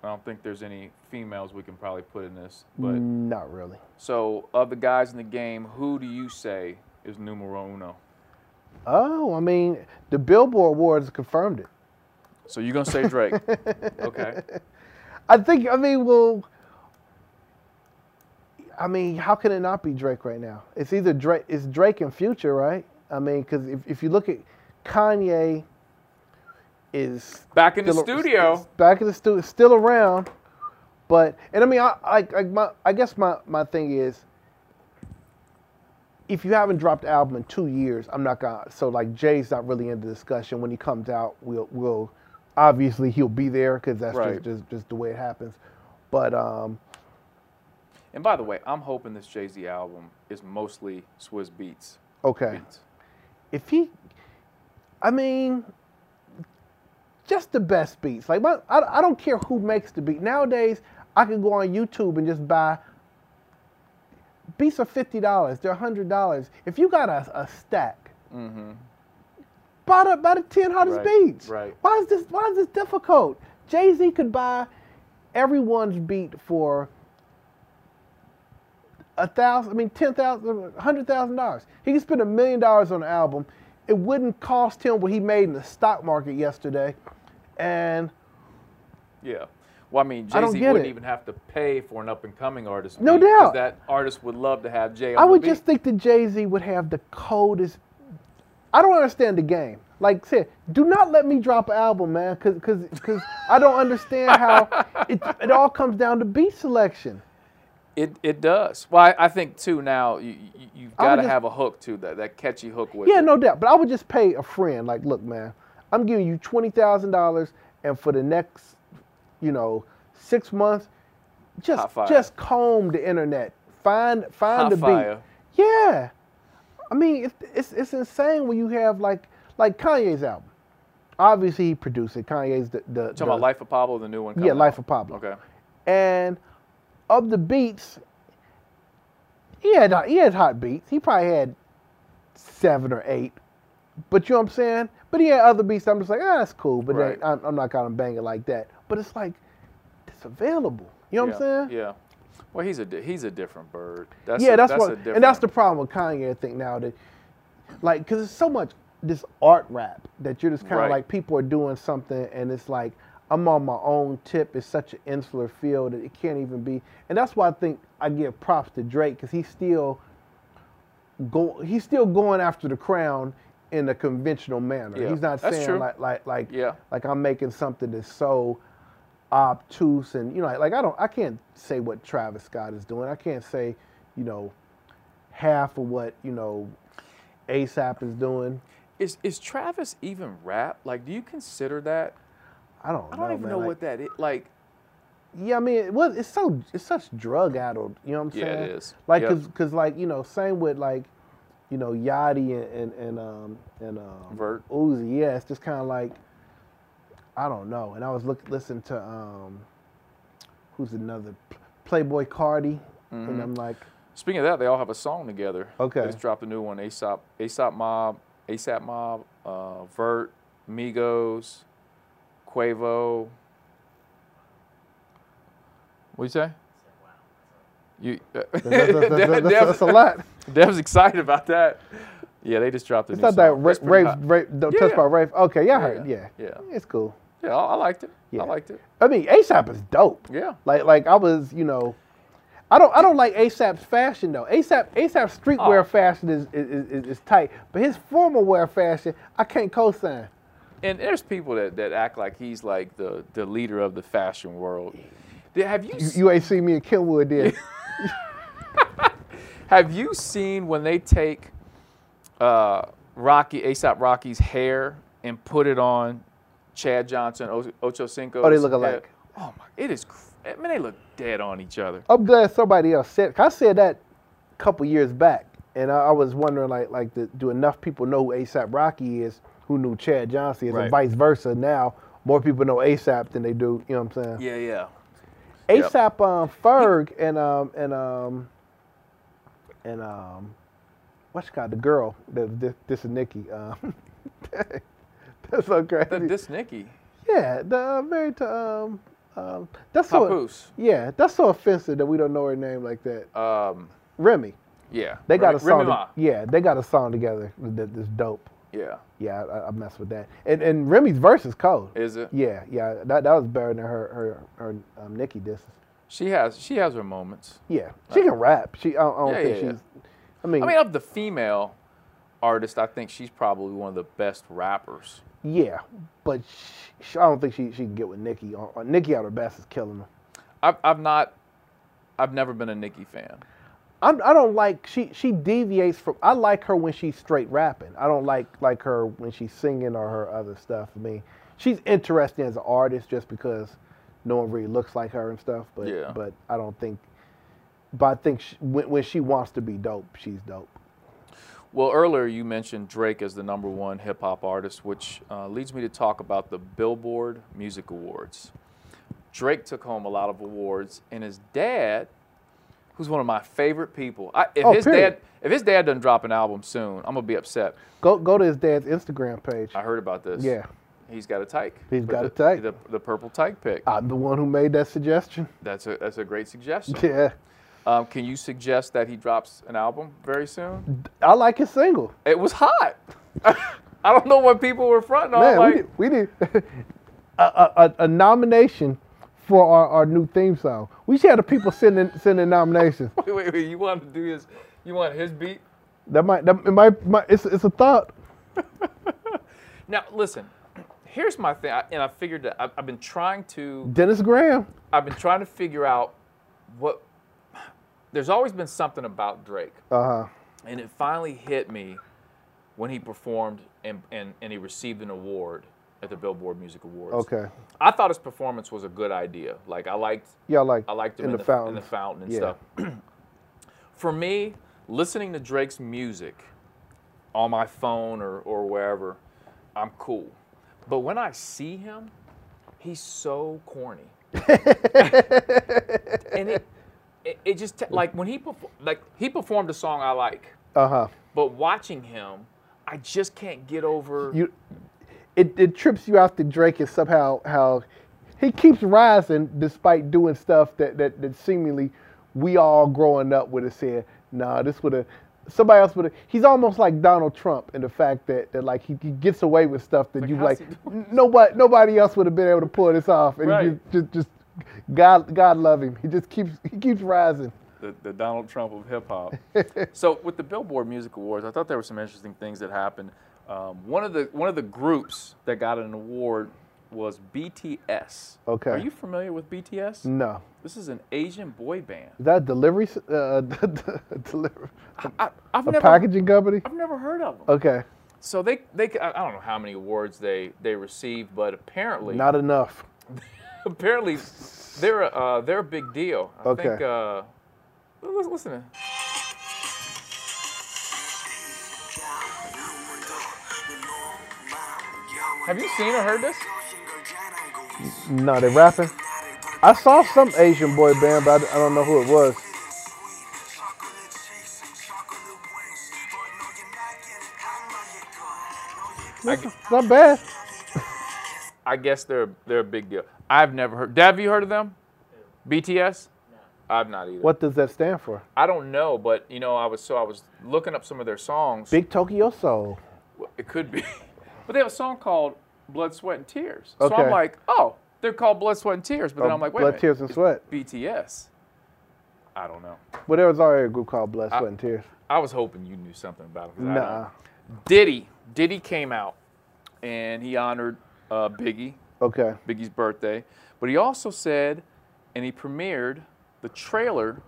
I don't think there's any females we can probably put in this. But Not really. so of the guys in the game, who do you say is numero uno? Oh, I mean, the Billboard Awards confirmed it. So you're gonna say Drake? okay. I think. I mean, well, I mean, how can it not be Drake right now? It's either Drake. It's Drake and Future, right? I mean, because if, if you look at Kanye, is Back in the still- studio. s- back in the studio, still around. But and I mean, I like like my. I guess my my thing is. If you haven't dropped an album in two years, I'm not gonna. So like Jay's not really in the discussion. When he comes out, we'll we'll obviously he'll be there because that's Right. just, just just the way it happens. But um, And by the way, I'm hoping this Jay Z album is mostly Swizz Beats. okay, Beats. if he, I mean, just the best beats. Like my, I I don't care who makes the beat nowadays. I can go on YouTube and just buy beats are fifty dollars. They're hundred dollars. If you got a, a stack, buy the buy the ten hottest Mm-hmm. Right, beats. right. Why is this Why is this difficult? Jay Z could buy everyone's beat for a thousand. I mean, ten thousand, hundred thousand dollars. He could spend a million dollars on an album. It wouldn't cost him what he made in the stock market yesterday, and Yeah. Well, I mean, I Jay don't Z get wouldn't it. even have to pay for an up and coming artist. No beat, 'cause doubt. That artist would love to have Jay. On I the would beat. just think that Jay Z would have the coldest. I don't understand the game. Like I said, do not let me drop an album, man, because cause, 'cause I don't understand how it, it all comes down to beat selection. It, it does. Well, I, I think too now you, you you've I would got to just- have a hook too that that catchy hook with Yeah, it. no doubt. But I would just pay a friend. Like, look, man, I'm giving you twenty thousand dollars, and for the next, you know, six months, just Hot fire. just comb the internet, find find Hot the fire. beat. Yeah, I mean, it, it's it's insane when you have like like Kanye's album. Obviously, he produced it. Kanye's the the, Talking the- about Life of Pablo, the new one. yeah, coming Life out. of Pablo. Okay. And of the beats, he had uh, he had hot beats. He probably had seven or eight. But you know what I'm saying? But he had other beats. I'm just like, ah, that's cool. But Right. then I'm, I'm not gonna bang it like that. But it's like, it's available. You know yeah. what I'm saying? Yeah. Well, he's a di- he's a different bird. That's yeah, a, that's, that's what, a different, and that's the problem with Kanye. I think now that, like, because there's so much this art rap that you're just kind of Right. like people are doing something, and it's like I'm on my own tip. It's such an insular field that it can't even be, and that's why I think I give props to Drake because he's still go he's still going after the crown in a conventional manner. Yeah, He's not that's saying true. like like like Yeah. like I'm making something that's so obtuse and you know like I don't I can't say what Travis Scott is doing. I can't say, you know, half of what, you know, ASAP is doing. Is is Travis even rap? Like, do you consider that? I don't I know. don't even man. know Like, what that is. Like, Yeah, I mean, it was, it's so it's such drug addled. You know what I'm Yeah, saying? it is. Like, Yep. cause, 'cause, like you know, same with like, you know, Yachty and and and um and um Vert. Uzi. Yeah, it's just kind of like, I don't know. And I was look listening to um, who's another Playboy Cardi, Mm-hmm. and I'm like, Speaking of that, they all have a song together. Okay. They just dropped a new one. Aesop, Aesop Mob, ASAP Mob, uh, Vert, Migos, Quavo. What you say? So, wow. So, You, that's, that's, that's, that's, Dev- that's a lot. Dev's excited about that. Yeah, they just dropped a It's new not that song. That's rape, pretty rape, hot. rape don't touch Yeah. by rape. Okay, yeah, I heard, Yeah, yeah, yeah. it's cool. Yeah, I I liked it. Yeah. I liked it. I mean, ASAP is dope. Yeah. Like like I was, you know, I don't I don't like ASAP's fashion though. ASAP ASAP's streetwear Oh. fashion is is, is is tight, but his formal wear fashion I can't co-sign. And there's people that, that act like he's like the, the leader of the fashion world. Did- Have you, You, s- you ain't seen me in Kenwood did. have you seen when they take uh, Rocky ASAP Rocky's hair and put it on Chad Johnson o- Ocho Cinco? Oh, they look alike. Oh my! It is. cr- I mean, they look dead on each other. I'm glad somebody else said. 'cause I said that a couple years back, and I, I was wondering like like the, do enough people know who ASAP Rocky is, who knew Chad Johnson is, Right. and vice versa. Now more people know ASAP than they do. You know what I'm saying? Yeah, yeah. Yep. ASAP um, Ferg and um and um and um what's she called the girl that this, this is Nikki um that's so crazy That this Nikki yeah the uh, married to um um that's so Papoose. yeah that's so offensive that we don't know her name like that Um, Remy yeah. they got Remy- a song Remy to- Ma. yeah they got a song together that that's dope Yeah. yeah I- I, I mess with that and and Remy's verse is cold Is it? yeah yeah that that was better than her her her um, Nikki disses. She has. She has her moments. Yeah, she can rap. She, I don't, I don't Yeah, think yeah, she's. I mean, I mean, of the female artists, I think she's probably one of the best rappers. yeah, but sh sh I don't think she she can get with Uh, Nikki. on on- Nikki out her best is killing her. I've, I've not, I've never been a Nicki fan. I'm, I don't like she she deviates from. I like her when she's straight rapping. I don't like like her when she's singing or her other stuff. I mean, she's interesting as an artist just because no one really looks like her and stuff. But Yeah. but I don't think. But I think she, when, when she wants to be dope, she's dope. Well, earlier you mentioned Drake as the number one hip hop artist, which uh, leads me to talk about the Billboard Music Awards. Drake took home a lot of awards, and his dad, who's one of my favorite people, I, if Oh, his period. dad if his dad doesn't drop an album soon, I'm gonna be upset. Go go to his dad's Instagram page. I heard about this. Yeah. he's got a tyke. He's But got the, a tyke. Ah. The, the purple tyke pick. I'm Uh, the one who made that suggestion. That's a that's a great suggestion. Yeah. Um, can you suggest that he drops an album very soon? I like his single. It was hot. I don't know what people were fronting on. Man, like, we need, we need a, a, a, a nomination for our, our new theme song. We should have the people sending sending nominations. wait, wait, wait. You want to do his? You want his beat? That might that it might, might it's it's a thought. Now listen. Here's my thing, I, and I figured that I've, I've been trying to. Dennis Graham. I've been trying to figure out what. There's always been something about Drake, Uh huh. and it finally hit me when he performed and, and, and he received an award at the Billboard Music Awards. Okay. I thought his performance was a good idea. Like I liked Yeah, I like I liked him in, the, in fountain. the fountain and Yeah. stuff. For me, listening to Drake's music on my phone or, or wherever, I'm cool. But when I see him, he's so corny. and it, it, it just t- like when he perf- like he performed a song I like, Uh huh. but watching him, I just can't get over. You, it it trips you out that Drake is somehow how he keeps rising despite doing stuff that that, that seemingly we all growing up would have said, nah, this would have. Somebody else would have. He's almost like Donald Trump in the fact that, that like he, he gets away with stuff that you how's like. he Nobody nobody else would have been able to pull this off, and he Right. just, just just God God love him. He just keeps he keeps rising. the, the Donald Trump of hip hop. so with the Billboard Music Awards, I thought there were some interesting things that happened. Um, one of the one of the groups that got an award was BTS. Okay. Mm. Are you familiar with BTS? No, This is an Asian boy band. is that a delivery s- uh, deliver I, I've a never packaging company? I've never heard of them. Okay, So they they I I don't know how many awards they they received, but apparently not enough. apparently They're uh, they're a big deal. I Okay. think uh, l- l- listen to Have you seen or heard this? No, they rapping. I saw some Asian boy band, but I d- I don't know who it was. I g- It's not bad. I guess they're they're a big deal. I've never heard. Have you heard of them? BTS? I've not either. What does that stand for? I don't know, but you know, I was so I was looking up some of their songs. Big Tokyo Soul. Well, It could be. But they have a song called Blood, Sweat, and Tears. So Okay. Oh, I'm like, oh, they're called Blood, Sweat, and Tears. But then I'm like, wait Blood, a minute. Tears, and Sweat. BTS. I don't know. Well, there was already a group called Blood, Sweat, and Tears. I was hoping you knew something about them. 'cause I don't. Nah. Diddy. Diddy came out and he honored uh, Biggie, Okay. Biggie's birthday. But he also said, and he premiered the trailer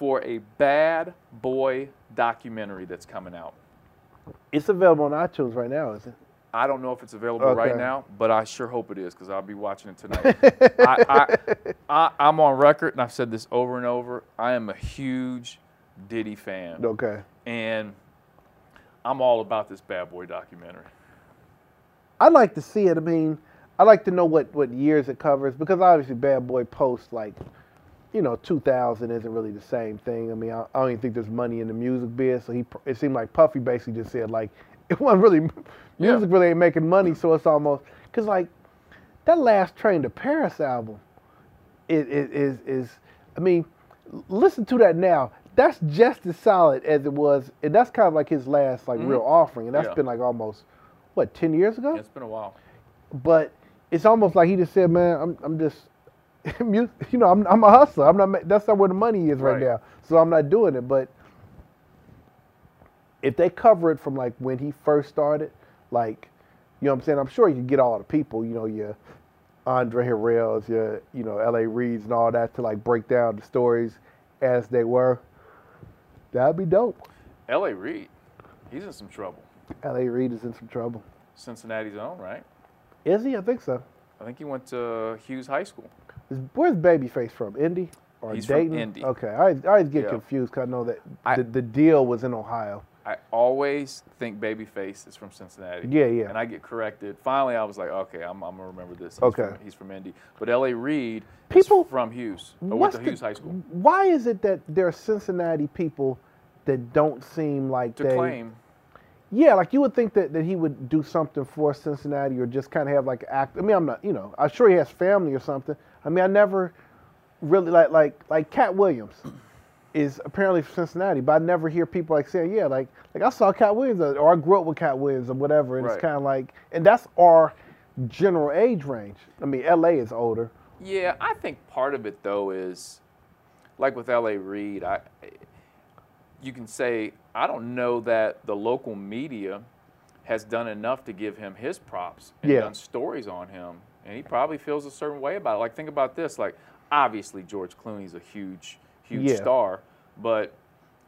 for a bad boy documentary that's coming out. It's available on iTunes right now, is it? I don't know if it's available right Okay. now, but I sure hope it is because I'll be watching it tonight. I, I, I, I'm on record, and I've said this over and over. I am a huge Diddy fan, Okay. and I'm all about this bad boy documentary. I'd like to see it. I mean, I'd like to know what, what years it covers because obviously Bad Boy Post, like, you know, 2000 isn't really the same thing. I mean, I, I don't even think there's money in the music biz. So he, pr- it seemed like Puffy basically just said, like, it wasn't really, music Yeah. really ain't making money. So it's almost, because, like, that last Train to Paris album is, is, is, is I mean, l- listen to that now. That's just as solid as it was. And that's kind of like his last, like, real offering. And that's Mm-hmm. Yeah. been, like, almost, what, 10 years ago? It's been a while. but it's almost like he just said, "Man, I'm, I'm just, you you know, I'm, I'm a hustler. I'm not. ma- That's not where the money is right, Right. now. So I'm not doing it." But if they cover it from like when he first started, like, you know, what I'm saying, I'm sure you could get all the people, you know, your Andre Harrell's, your you know, L.A. Reeds and all that to like break down the stories as they were. That'd be dope. L.A. Reid, he's in some trouble. L.A. Reed is in some trouble. Cincinnati's own, right? Is he? I think so. I think he went to Hughes High School. Is, where's Babyface from? Indy or He's from Dayton? Indy. Okay, I always, I always get Yeah. confused because I know that I- the, the deal was in Ohio. I always think Babyface is from Cincinnati. Yeah, yeah. And I get corrected. Finally, I was like, okay, I'm, I'm gonna remember this. He's Okay. From, he's from Indy, but L.A. Reid People- is from Hughes. Or went What's to the- Oh, Hughes High School. Why is it that there are Cincinnati people that don't seem like To they? claim, Yeah, like you would think that, that he would do something for Cincinnati or just kind of have like act. I mean, I'm not, you know, I'm sure he has family or something. I mean, I never really like like like Cat Williams is apparently from Cincinnati, but I never hear people like saying, yeah, like like I saw Cat Williams or, or I grew up with Cat Williams or whatever. And it's Right. kind of like, and that's our general age range. I mean, L.A. is older. yeah, I think part of it though is, like with L.A. Reid, I, you can say I don't know that the local media has done enough to give him his props and Yeah. done stories on him, and he probably feels a certain way about it. Like think about this, like obviously George Clooney's a huge, huge Yeah. star, but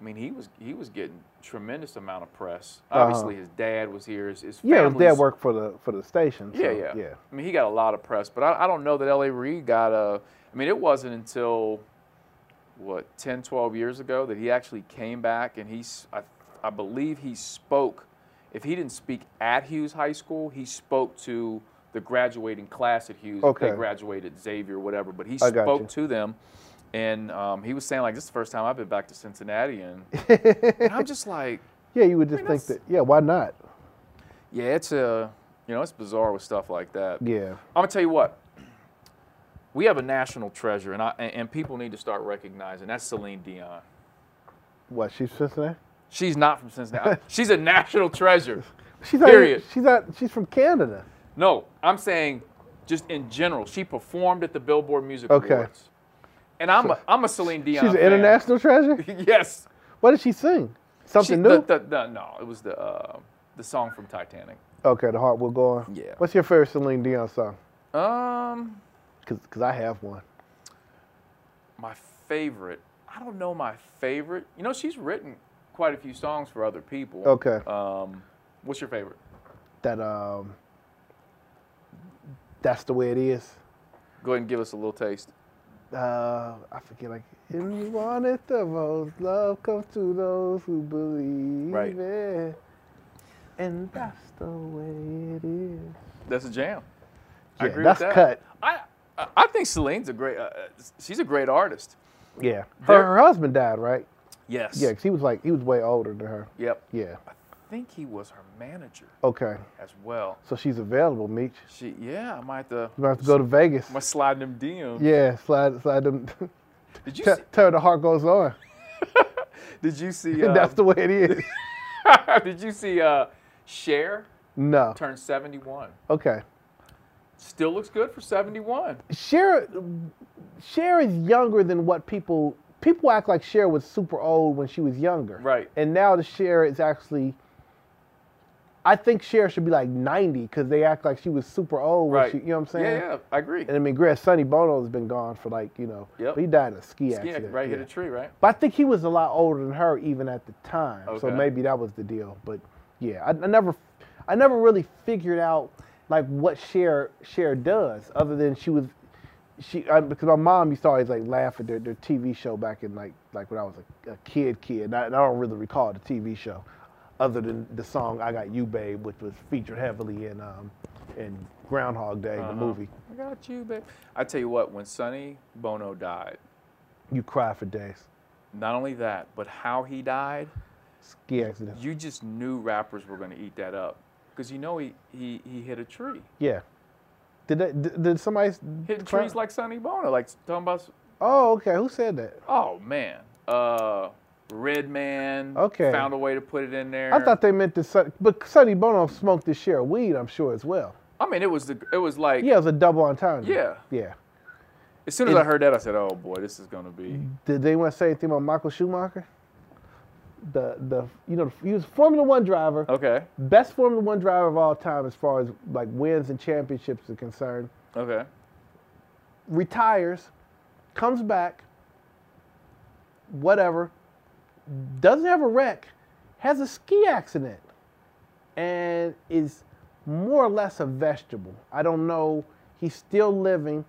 I mean he was he was getting tremendous amount of press. Obviously his dad was here, his, his Uh-huh. Yeah, his dad family's- worked for the for the station. so, yeah, yeah, yeah. I mean, he got a lot of press, but I, I don't know that L.A. Reid got a. I mean, it wasn't until what 10, 12 years ago that he actually came back and he's. I, I believe he spoke. If he didn't speak at Hughes High School, he spoke to the graduating class at Hughes. if Okay. They graduated Xavier, whatever, but he I got spoke you. to them. And um, he was saying like, "This is the first time I've been back to Cincinnati," and, and I'm just like, Yeah, you would just mean, think that. Yeah, why not? "Yeah, it's a, you know, it's bizarre with stuff like that." Yeah. I'm gonna tell you what. We have a national treasure, and I and- and people need to start recognizing that's Celine Dion. What she's Cincinnati? She's not from Cincinnati. She's a national treasure. She's not, even- Period. She's not. She's from Canada. No, I'm saying just in general. She performed at the Billboard Music Okay. Awards. And I'm a, I'm a Celine Dion. She's an fan. international treasure. yes. What did she sing? She, Something new. the, the, the, no, it was the uh, the song from Titanic. okay, the heart will go on. Yeah. What's your favorite Celine Dion song? Um, Cause, 'cause I have one. my favorite. I don't know my favorite. You know, she's written quite a few songs for other people. Okay. Um, what's your favorite? That um. That's the way it is. Go ahead and give us a little taste. uh, I forget like in one of the most love comes to those who believe Right. it. And that's the way it is. That's a jam. I Yeah, agree that's with that. cut. I I- I think Celine's a great. Uh, uh, she's a great artist. Yeah. There- Her, her husband died, right? Yes. Yeah, 'cause he was like he was way older than her. Yep. Yeah. I think he was her manager Okay. as well. So she's available, Meech. She. Yeah. I might have to. You might have to go to Vegas. I might slide them DMs. Yeah, slide slide them. Did you? Tell see, tell her the heart goes on. did you see? Uh, That's the way it is. did you see? Uh, Cher No. turned 71. Okay. Still looks good for 71. Cher, Cher is younger than what people people act like Cher was super old when she was younger. Right. And now the Cher is actually. I think Cher should be like 90 because they act like she was super old. When Right. she, you know what I'm saying? Yeah. Yeah. I agree. And I mean, Grant Sonny Bono has been gone for like you know. Yep. but He died in a ski Yeah. accident. Right. Hit yeah. a tree. Right. But I think he was a lot older than her even at the time. So Okay. maybe that was the deal. But yeah, I, I never, I never really figured out like what Cher Cher does other than she was, she I, because my mom used to always like laugh at their, their TV show back in like like when I was a, a kid kid. And I, and I don't really recall the TV show, other than the song "I Got You, Babe," which was featured heavily in um in Groundhog Day the movie. I got you, babe. I tell you what. When Sonny Bono died, You cry for days. not only that, but how he died. Ski accident. you just knew rappers were going to eat that up because you know he, he, he hit a tree Yeah. Did, that, did, did somebody s- hitting cry? trees like Sonny Bono like talking about Oh, okay. Who said that? oh man uh Red Man Okay. found a way to put it in there I thought they meant to. Son- but Sonny Bono smoked his share of weed, I'm sure as well. I mean it was the it was like Yeah, it was a double entendre. Yeah. Yeah. as soon as I heard that I said oh boy this is going to be Did they want to say anything about Michael Schumacher? The the you know he was a Formula One driver, okay best Formula One driver of all time as far as like wins and championships are concerned. okay Retires, comes back, whatever, doesn't have a wreck, has a ski accident, and is more or less a vegetable. I don't know. He's still living.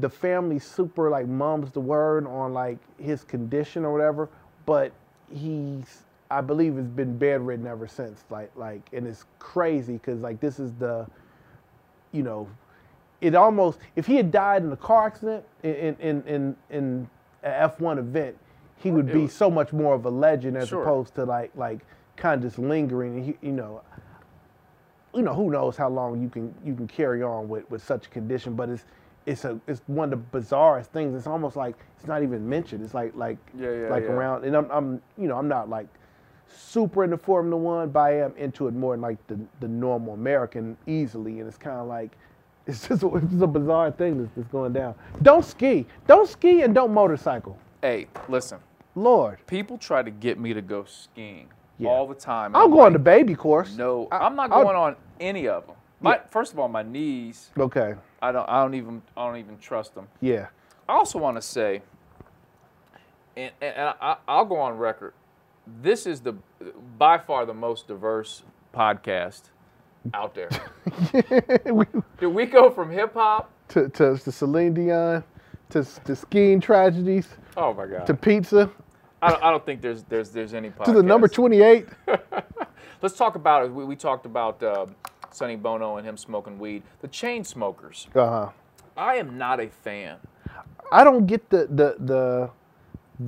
The family super like mum's the word on like his condition or whatever, but he's I believe has been bedridden ever since. Like like and it's crazy because like this is the, you know, it almost if he had died in a car accident in in in in, in a F1 event, he would It be was- so much more of a legend as Sure. opposed to like like kind of just lingering. And he, you know, you know who knows how long you can you can carry on with with such a condition, but it's it's a it's one of the bizarrest things. It's almost like it's not even mentioned. It's like like Yeah, yeah, like yeah. around and I'm I'm you know I'm not like super into Formula One, but I am into it more than like the the normal American easily, and it's kind of like. It's just, a, it's just a bizarre thing that's, that's going down. Don't ski. Don't ski and don't motorcycle. hey listen Lord. people try to get me to go skiing Yeah. all the time I'm and going to like, baby course. no I- I, am not I'll- going on any of them my, first of all my knees Okay. I don't I don't even I don't even trust them Yeah. I also want to say, and, and and I, I'll go on record, this is the by far the most diverse podcast out there. we, Did we go from hip hop? to, to to Celine Dion, to to skiing tragedies, Oh my to God! pizza, I don't, I don't think there's there's there's any podcast. to the number 28. Let's talk about it. We, we talked about uh, Sonny Bono and him smoking weed. The chain smokers. Uh huh. I am not a fan. I don't get the the the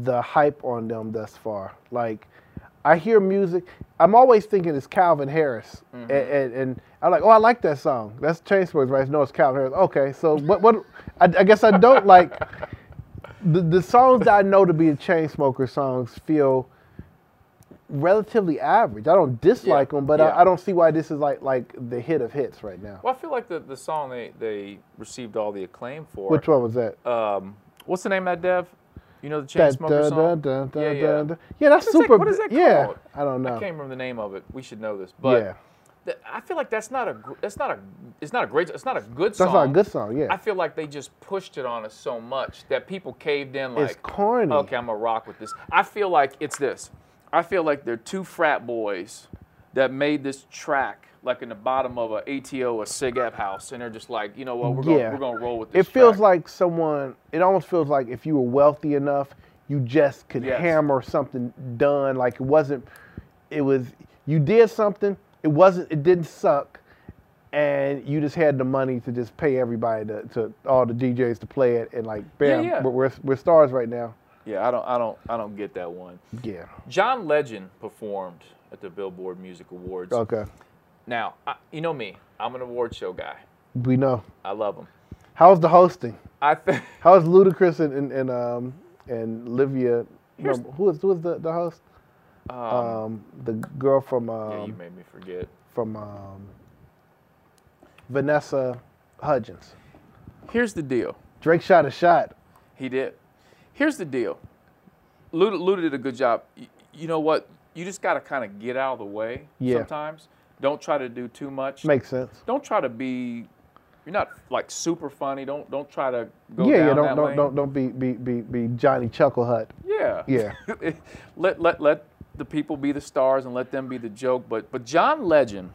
the hype on them thus far. Like I hear music, I'm always thinking it's Calvin Harris, Mm-hmm. and, and and I'm like, oh, I like that song. That's Chainsmokers, right? No, it's Calvin Harris. Okay, so what what? I, I guess I don't like the the songs that I know to be the Chainsmokers songs feel relatively average. I don't dislike Yeah, them, but yeah. I, I don't see why this is like like the hit of hits right now. Well, I feel like the, the song they, they received all the acclaim for. Which one was that? Um, what's the name of that dev? You know the chain That smoker dun, song. dun, dun, yeah, yeah. dun, dun. yeah, What that's is that- super. what is that yeah, called? I don't I know. can't remember the name of it. We should know this, but Yeah. th- I feel like that's not a gr- that's not a it's not a great it's not a good song. That's not a good song. Yeah, I feel like they just pushed it on us so much that people caved in. Like it's corny. Okay, I'm gonna rock with this. I feel like it's this. I feel like they're two frat boys that made this track like in the bottom of a ATO, a SIGAP house, and they're just like, you know what, we're gonna Yeah. we're gonna roll with It this. feels track. like someone. It almost feels like if you were wealthy enough, you just could Yes. hammer something done. Like it wasn't. It was you did something. It wasn't. It didn't suck, and you just had the money to just pay everybody to, to all the DJs to play it, and like bam, yeah. We're, we're we're stars right now. yeah, I don't I don't I don't get that one. Yeah. John Legend performed at the Billboard Music Awards. Okay. Now, I, you know me, I'm an award show guy. We know. I love them. How's the hosting? I think How's Ludacris and and, and um and Livia? Here's- remember- who is who is the the host? Um, the girl from um, yeah, you made me forget. from um, Vanessa Hudgens. Here's the deal. Drake shot a shot. He did. Here's the deal. Luda, Luda did a good job. Y- you know what? You just got to kind of get out of the way Yeah. sometimes. Don't try to do too much. Makes sense. don't try to be. You're not like super funny. Don't don't try to go down yeah, that yeah. Don't don't, lane. don't don't be be be be Johnny Chucklehut. Yeah. Yeah. let let let the people be the stars and let them be the joke. But but John Legend,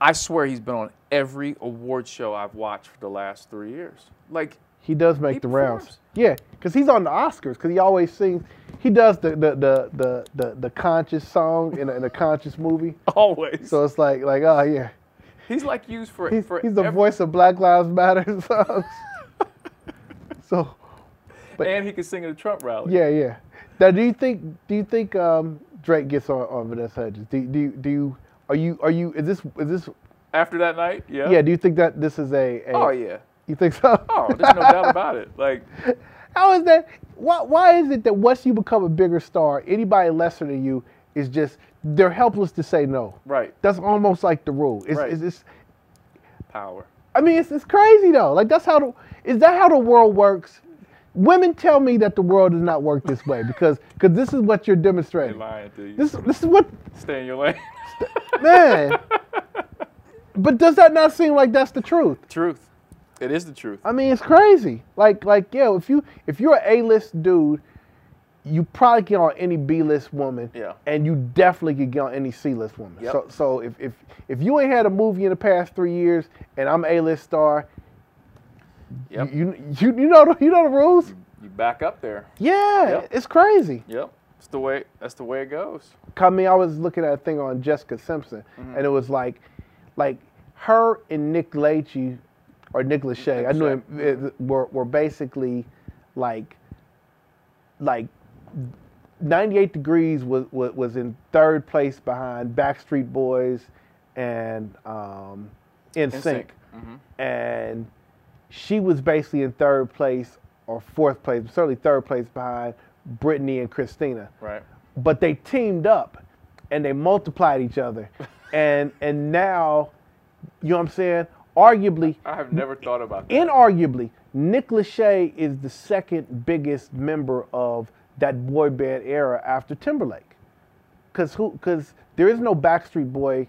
I swear he's been on every award show I've watched for the last three years. Like He does make He the rounds. performs. Yeah, because he's on the Oscars. Because he always sings. He does the the the the the, the conscious song in a, in a conscious movie. Oh. always, So it's like like oh yeah. he's like used for He's, for he's the every- voice of Black Lives Matter songs. so and he can sing at a Trump rally. yeah, yeah. Now, do you think do you think um, Drake gets on, on Vanessa Hudgens? Do, do do you are you are you is this is this After that night, yeah. yeah? Do you think that this is a, a Oh yeah. You think so? Oh, there's no doubt about it. Like How is that? Why why is it that once you become a bigger star, anybody lesser than you is just they're helpless to say no. right That's almost like the rule. It's, Right. it's, it's power. I mean, it's, it's crazy though. Like that's how the is that how the world works? Women tell me that the world does not work this way because because this is what you're They're demonstrating. lying to you. This this is what Stay in your lane. man. but does that not seem like that's the truth? truth. It is the truth. I mean, it's crazy. Like like yeah, if you if you're an A-list dude, you probably get on any B-list woman. Yeah. And you definitely could get on any C-list woman. Yep. So so if if if you ain't had a movie in the past three years and I'm A-list star. Yep. You, you you know the, you know the rules. You back up there. Yeah, Yep. it's crazy. Yep. It's the way. That's the way it goes. I mean, I was looking at a thing on Jessica Simpson, and it was like, like her and Nick Lachey, or Nick Lachey, I knew him, it- were were basically like, like. 98 Degrees was, was, was in third place behind Backstreet Boys and um, NSYNC. NSYNC. Mm-hmm. And she was basically in third place or fourth place, certainly third place behind Britney and Christina Right. but they teamed up and they multiplied each other and and now you know what i'm saying arguably I have never thought about that. inarguably nick lachey is the second biggest member of that boy band era after timberlake because who because there is no backstreet boy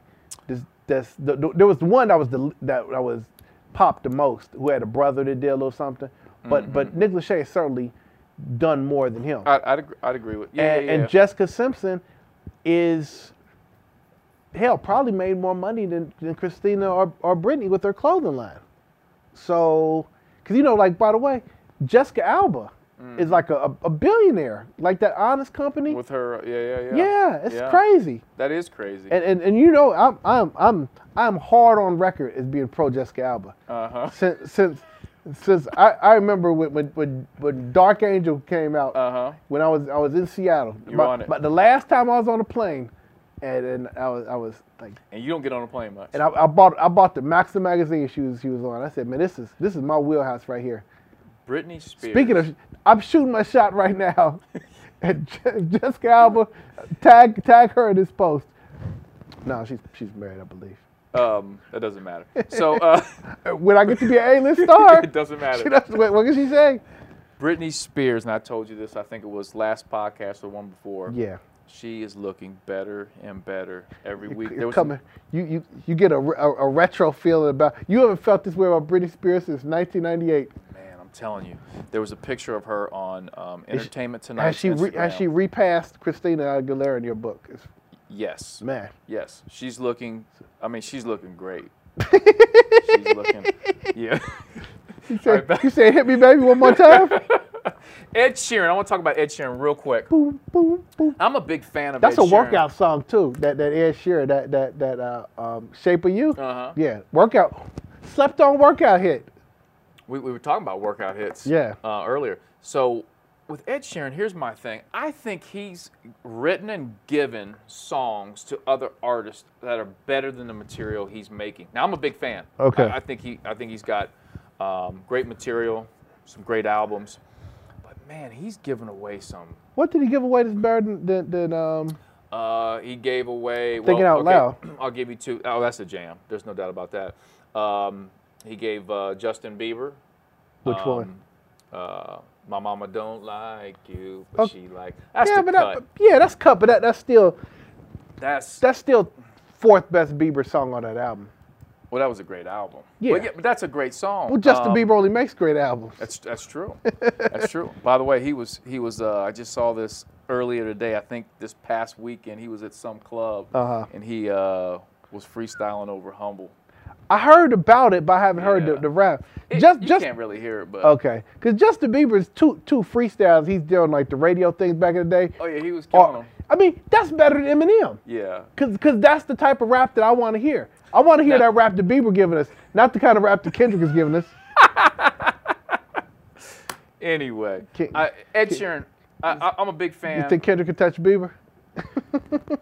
this, that's the, the- there was one that was the that, that was popped the most who had a brother that did a little something but but nick lachey has certainly done more than him I'd, I'd, agree, I'd agree with yeah. and, yeah, and yeah. Jessica Simpson is hell probably made more money than, than Christina or, or Brittany with her clothing line. So, because you know, like by the way, Jessica Alba is like a, a, a billionaire, like that honest company. Mm. with her, yeah, yeah, yeah. yeah. it's Yeah. crazy. That is crazy. And, and and you know, I'm I'm I'm I'm hard on record as being pro Jessica Alba uh huh. since since. Since I, I remember when, when, when, when Dark Angel came out, Uh huh. when I was I was in Seattle. You but, on it. but the last time I was on a plane, and, and I was I was like, And you don't get on a plane much. and I, I bought I bought the Maxim magazine she was she was on. I said, man, this is this is my wheelhouse right here. Britney Spears. Speaking of, I'm shooting my shot right now. and Je- Jessica Alba, tag tag her in this post. No, she's she's married, I believe. um, that doesn't matter. So uh, Uh, When I get to be an A-list star, it doesn't matter. she doesn't, what, what can she say? Britney Spears, and I told you this. I think it was last podcast or one before. Yeah. She is looking better and better every week. You're was- coming. You, you you get a, re- a, a retro feeling about. You haven't felt this way about Britney Spears since 1998. man, I'm telling you, there was a picture of her on um, she- Entertainment Tonight. Has she re, has she repassed Christina Aguilera in your book? It's- Yes. Man, Yes, she's looking. I mean, she's looking great. she's looking. Yeah. you All said, right, back- you said hit me, baby, one more time. Ed Sheeran. I want to talk about Ed Sheeran real quick. boom, boom, boom. I'm a big fan of. That's Ed a Sheeran. workout song too. That that Ed Sheeran, that that that uh, um, Shape of You. Uh-huh. Yeah, workout. Slept on workout hit. We, we were talking about workout hits. Yeah. Uh, earlier. So with Ed Sheeran, here's my thing. I think he's written and given songs to other artists that are better than the material he's making. Now I'm a big fan. Okay. I, I think he. I think he's got um, great material, some great albums, but man, he's given away some. What did he give away that's better than, than, than um? Uh, he gave away. Thinking well, out loud. I'll give you two. Oh, that's a jam. There's no doubt about that. Um, he gave uh, Justin Bieber. Which um, one? Uh, my mama don't like you, but Okay. she like. That's yeah, the but cut. that, yeah, that's cut. But that, that's still that's that's still fourth best Bieber song on that album. well, that was a great album. Yeah. but, but that's a great song. Well, Justin Um, Bieber only makes great albums. That's that's true. that's true. By the way, he was he was. Uh, I just saw this earlier today. I think this past weekend he was at some club Uh-huh. and he uh, was freestyling over humble. I heard about it, but I haven't heard the, Yeah. the rap. It- just you just Oh. can't really hear it, but okay, because Justin Bieber's two two freestyles he's doing like the radio things back in the day. oh yeah, he was are- killing 'em. I mean, that's better than Eminem. Yeah. Cause, cause that's the type of rap that I want to hear. I want to hear Now- that rap that Bieber giving us, not the kind of rap that Kendrick is giving us. Anyway, Ki- I, Ed Sheeran, I, I, I'm a big fan. You think Kendrick can touch Bieber?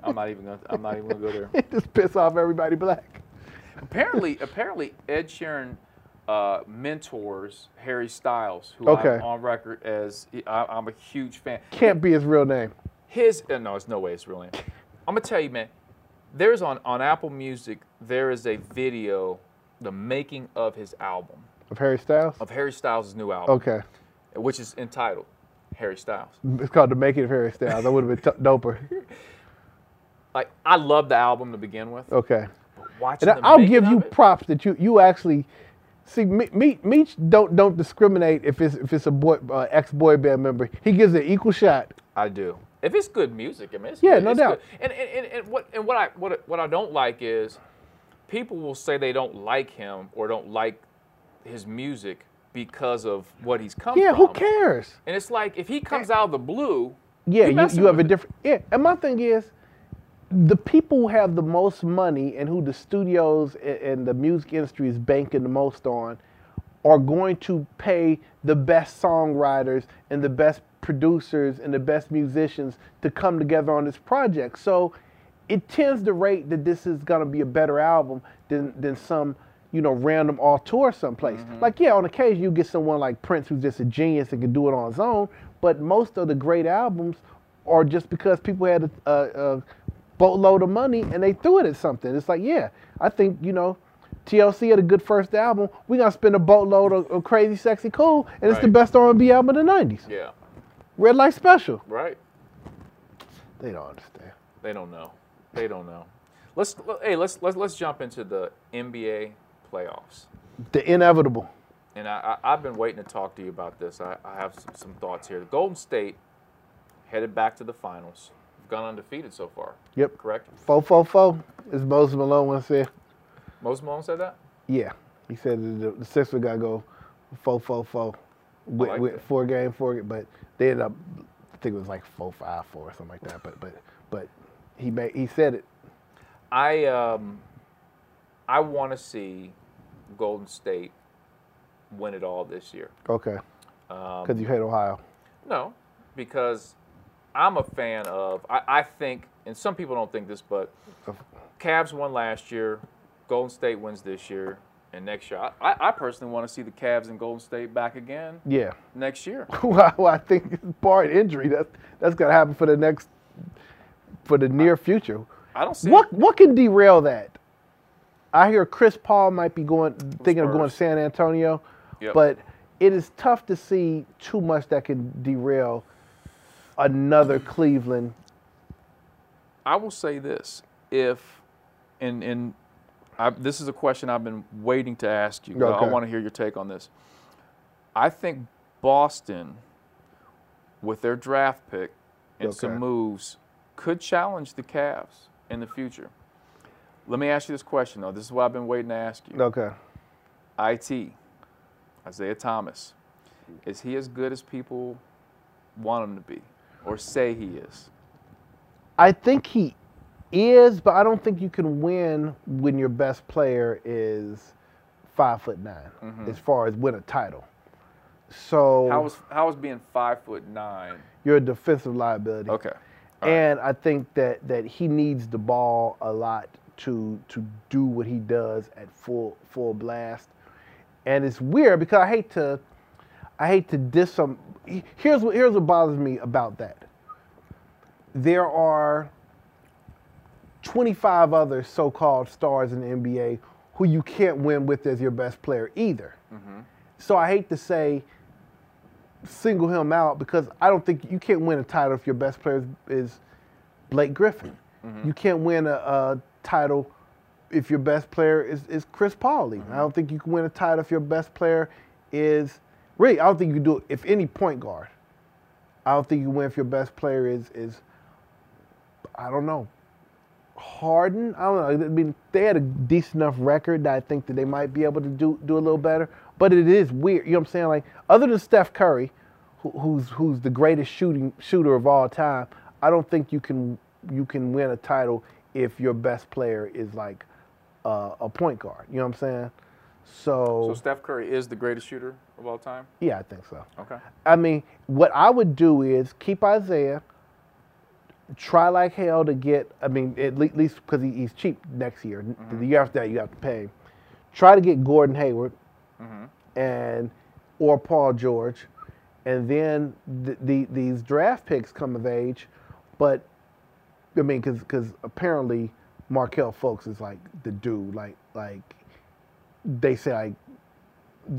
I'm not even gonna. I'm not even gonna go there. It just piss off everybody black. apparently, apparently, Ed Sheeran uh, mentors Harry Styles, who Okay. I'm on record as I, I'm a huge fan. Can't be his real name. His uh, no, it's no way it's real name. I'm gonna tell you, man. There's on on Apple Music. There is a video, the making of his album, Of Harry Styles? of Harry Styles' new album, Okay. which is entitled Harry Styles. It's called The Making of Harry Styles. That would have been t- doper. Like I love the album to begin with. Okay. Watching And I- the I'll making give of you it- props that you you actually see me me Meech don't don't discriminate if it's if it's a boy uh, ex boy band member. He gives it equal shot. I do. If it's good music, I mean, it's Yeah, good, no it's doubt. good. And, and, and, and what and what I what I- what I don't like is people will say they don't like him or don't like his music because of what he's come Yeah, from. who cares? Eh. And it's like if he comes out of the blue, Yeah, you're you, messing you have a with it. different. Yeah, and my thing is, the people who have the most money and who the studios and, and the music industry is banking the most on are going to pay the best songwriters and the best producers and the best musicians to come together on this project. So it tends to rate that this is going to be a better album than, than some you know random auteur someplace like yeah on occasion you get someone like prince who's just a genius and can do it on his own but most of the great albums are just because people had a, a, a boatload of money and they threw it at something it's like yeah i think you know TLC had a good first album. We're gonna spend a boatload of, of crazy, sexy, cool, and it's the Right. best R&B album of the '90s. yeah, Red Light Special. right? They don't understand. They don't know. They don't know. Let's let- hey let's let's let's jump into the NBA playoffs. The inevitable. and I, I, I've been waiting to talk to you about this. I, I have some, some thoughts here. The Golden State headed back to the finals. We've gone undefeated so far. Yep. Correct? Fo fo fo. As Moses Malone once said. Most Malone said that? Yeah, he said that the, the Sixers gotta go four four four with, like with that. four game four, but they ended up. I think it was like four five four or something like that. But but but he made he said it. I, um, I want to see Golden State win it all this year. Okay. Because you hate Ohio. No, because I'm a fan of. I, I think, and some people don't think this, but Cavs won last year. Golden State wins this year and next year. I, I personally want to see the Cavs and Golden State back again Yeah. next year. well, I think it's barring injury, that's that's gonna happen for the next for the near future. I don't see What what can derail that? I hear Chris Paul might be going thinking of going to Spurs. San Antonio, Yep. but it is tough to see too much that can derail another Cleveland. I will say this: if and and I, this is a question I've been waiting to ask you. 'cause I Okay. want to hear your take on this. I think Boston, with their draft pick and some Okay. moves, could challenge the Cavs in the future. Let me ask you this question though. This is what I've been waiting to ask you. Okay. IT, Isaiah Thomas, is he as good as people want him to be or say he is? I think he is, but I don't think you can win when your best player is five foot 9 as far as win a title. So Mm-hmm. How was how was being five foot nine? you're a defensive liability. Okay. All right. And I think that that he needs the ball a lot to to do what he does at full full blast. And it's weird because I hate to I hate to diss some he- here's what here's what bothers me about that. There are 25 other so-called stars in the NBA who you can't win with as your best player either. Mm-hmm. So I hate to say single him out because I don't think you can't win a title if your best player is, is Blake Griffin. You can't win a, a title if your best player is, is Chris Paul. even. I don't think you can win a title if your best player is really. I don't think you can do it if any point guard. I don't think you win if your best player is is I don't know Harden. I don't know. I mean, they had a decent enough record that I think that they might be able to do do a little better. But it is weird. You know what I'm saying? Like other than Steph Curry, who, who's who's the greatest shooting shooter of all time, I don't think you can you can win a title if your best player is like uh, a point guard. You know what I'm saying? So So, Steph Curry is the greatest shooter of all time. yeah, I think so. Okay. I mean, what I would do is keep Isaiah. Try like hell to get. I mean, at le- least because he, he's cheap next year. N- The year after that, you have to pay. him. Try to get Gordon Hayward, and or Paul George, and then th- the these draft picks come of age. But I mean, because apparently Markel Folks is like the dude. Like like they say like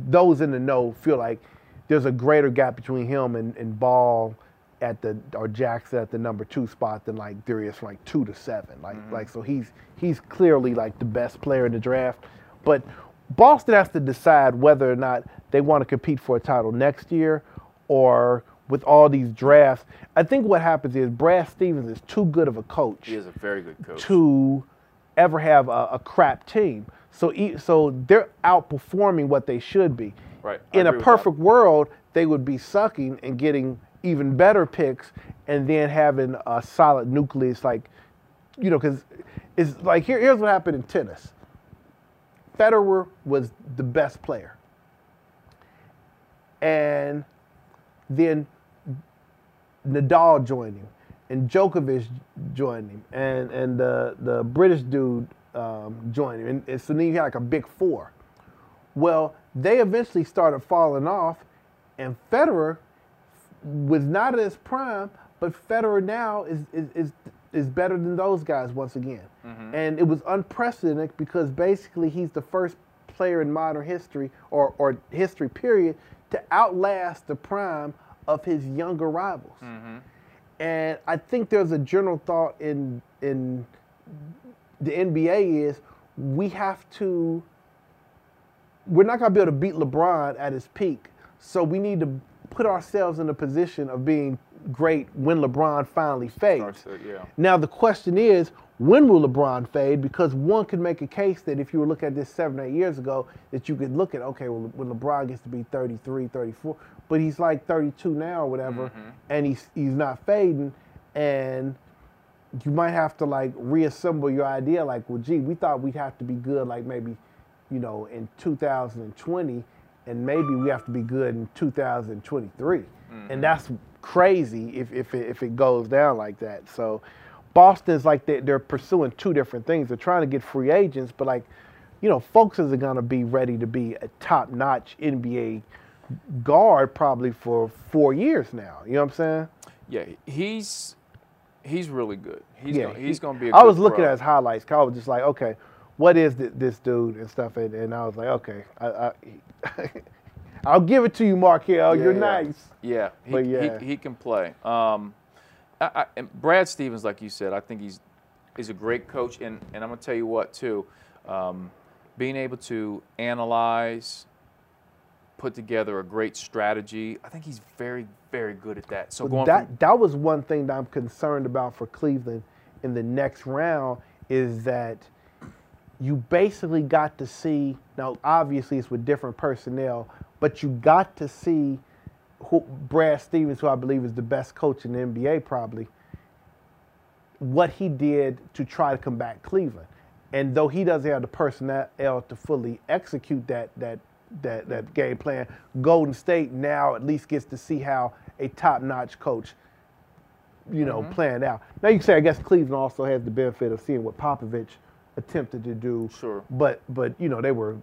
those in the know feel like there's a greater gap between him and, and Ball at the or Jackson at the number two spot than like there is from like two to seven. Like like so he's he's clearly like the best player in the draft. But Boston has to decide whether or not they want to compete for a title next year or with all these drafts. I think what happens is Brad Stevens is too good of a coach He is a very good coach. to ever have a, a crap team. So e- so they're outperforming what they should be. Right, I In a agree with that. perfect world, they would be sucking and getting even better picks, and then having a solid nucleus like, you know, because it's like here, here's what happened in tennis. Federer was the best player, and then Nadal joined him, and Djokovic joined him, and and the the British dude um, joined him, and, and so then you had like a big four. Well, they eventually started falling off, and Federer was not at his prime, but Federer now is is is, is better than those guys once again, and it was unprecedented because basically he's the first player in modern history or or history period to outlast the prime of his younger rivals and I think there's a general thought in in the NBA is we have to we're not going to be able to beat LeBron at his peak, so we need to put ourselves in a position of being great when LeBron finally fades. Starts to- yeah. Now the question is, when will LeBron fade? Because one could make a case that if you were looking at this seven, eight years ago, that you could look at, okay, well, when LeBron gets to be 33, 34, but he's like 32 now or whatever, Mm-hmm. and he's he's not fading, and you might have to like reassemble your idea. Like, well, gee, we thought we'd have to be good, like maybe, you know, in 2020, and maybe we have to be good in 2023, and that's crazy if if it, if it goes down like that. So, Boston's like they, they're pursuing two different things. They're trying to get free agents, but like, you know, folks isn't gonna be ready to be a top-notch NBA guard probably for four years now. You know what I'm saying? Yeah, he's he's really good. He's gonna, he's he- going to be. A I good was looking pro. at his highlights. 'cause I was just like, okay, what is thi- this dude and stuff? And, and I was like, okay, I, I, I'll give it to you, Markel. You're yeah. nice. Yeah, he, But yeah. He, he can play. Um, I, I, and Brad Stevens, like you said, I think he's he's a great coach, and, and I'm gonna tell you what too, um, being able to analyze, put together a great strategy. I think he's very very good at that. So going that from, that was one thing that I'm concerned about for Cleveland in the next round is that you basically got to see now obviously it's with different personnel but you got to see who, brad stevens who i believe is the best coach in the nba probably what he did to try to combat cleveland and though he doesn't have the personnel to fully execute that that that, that game plan golden state now at least gets to see how a top-notch coach you know, Mm-hmm. playing out. Now you can say I guess Cleveland also has the benefit of seeing what Popovich attempted to do. Sure. But but you know they were,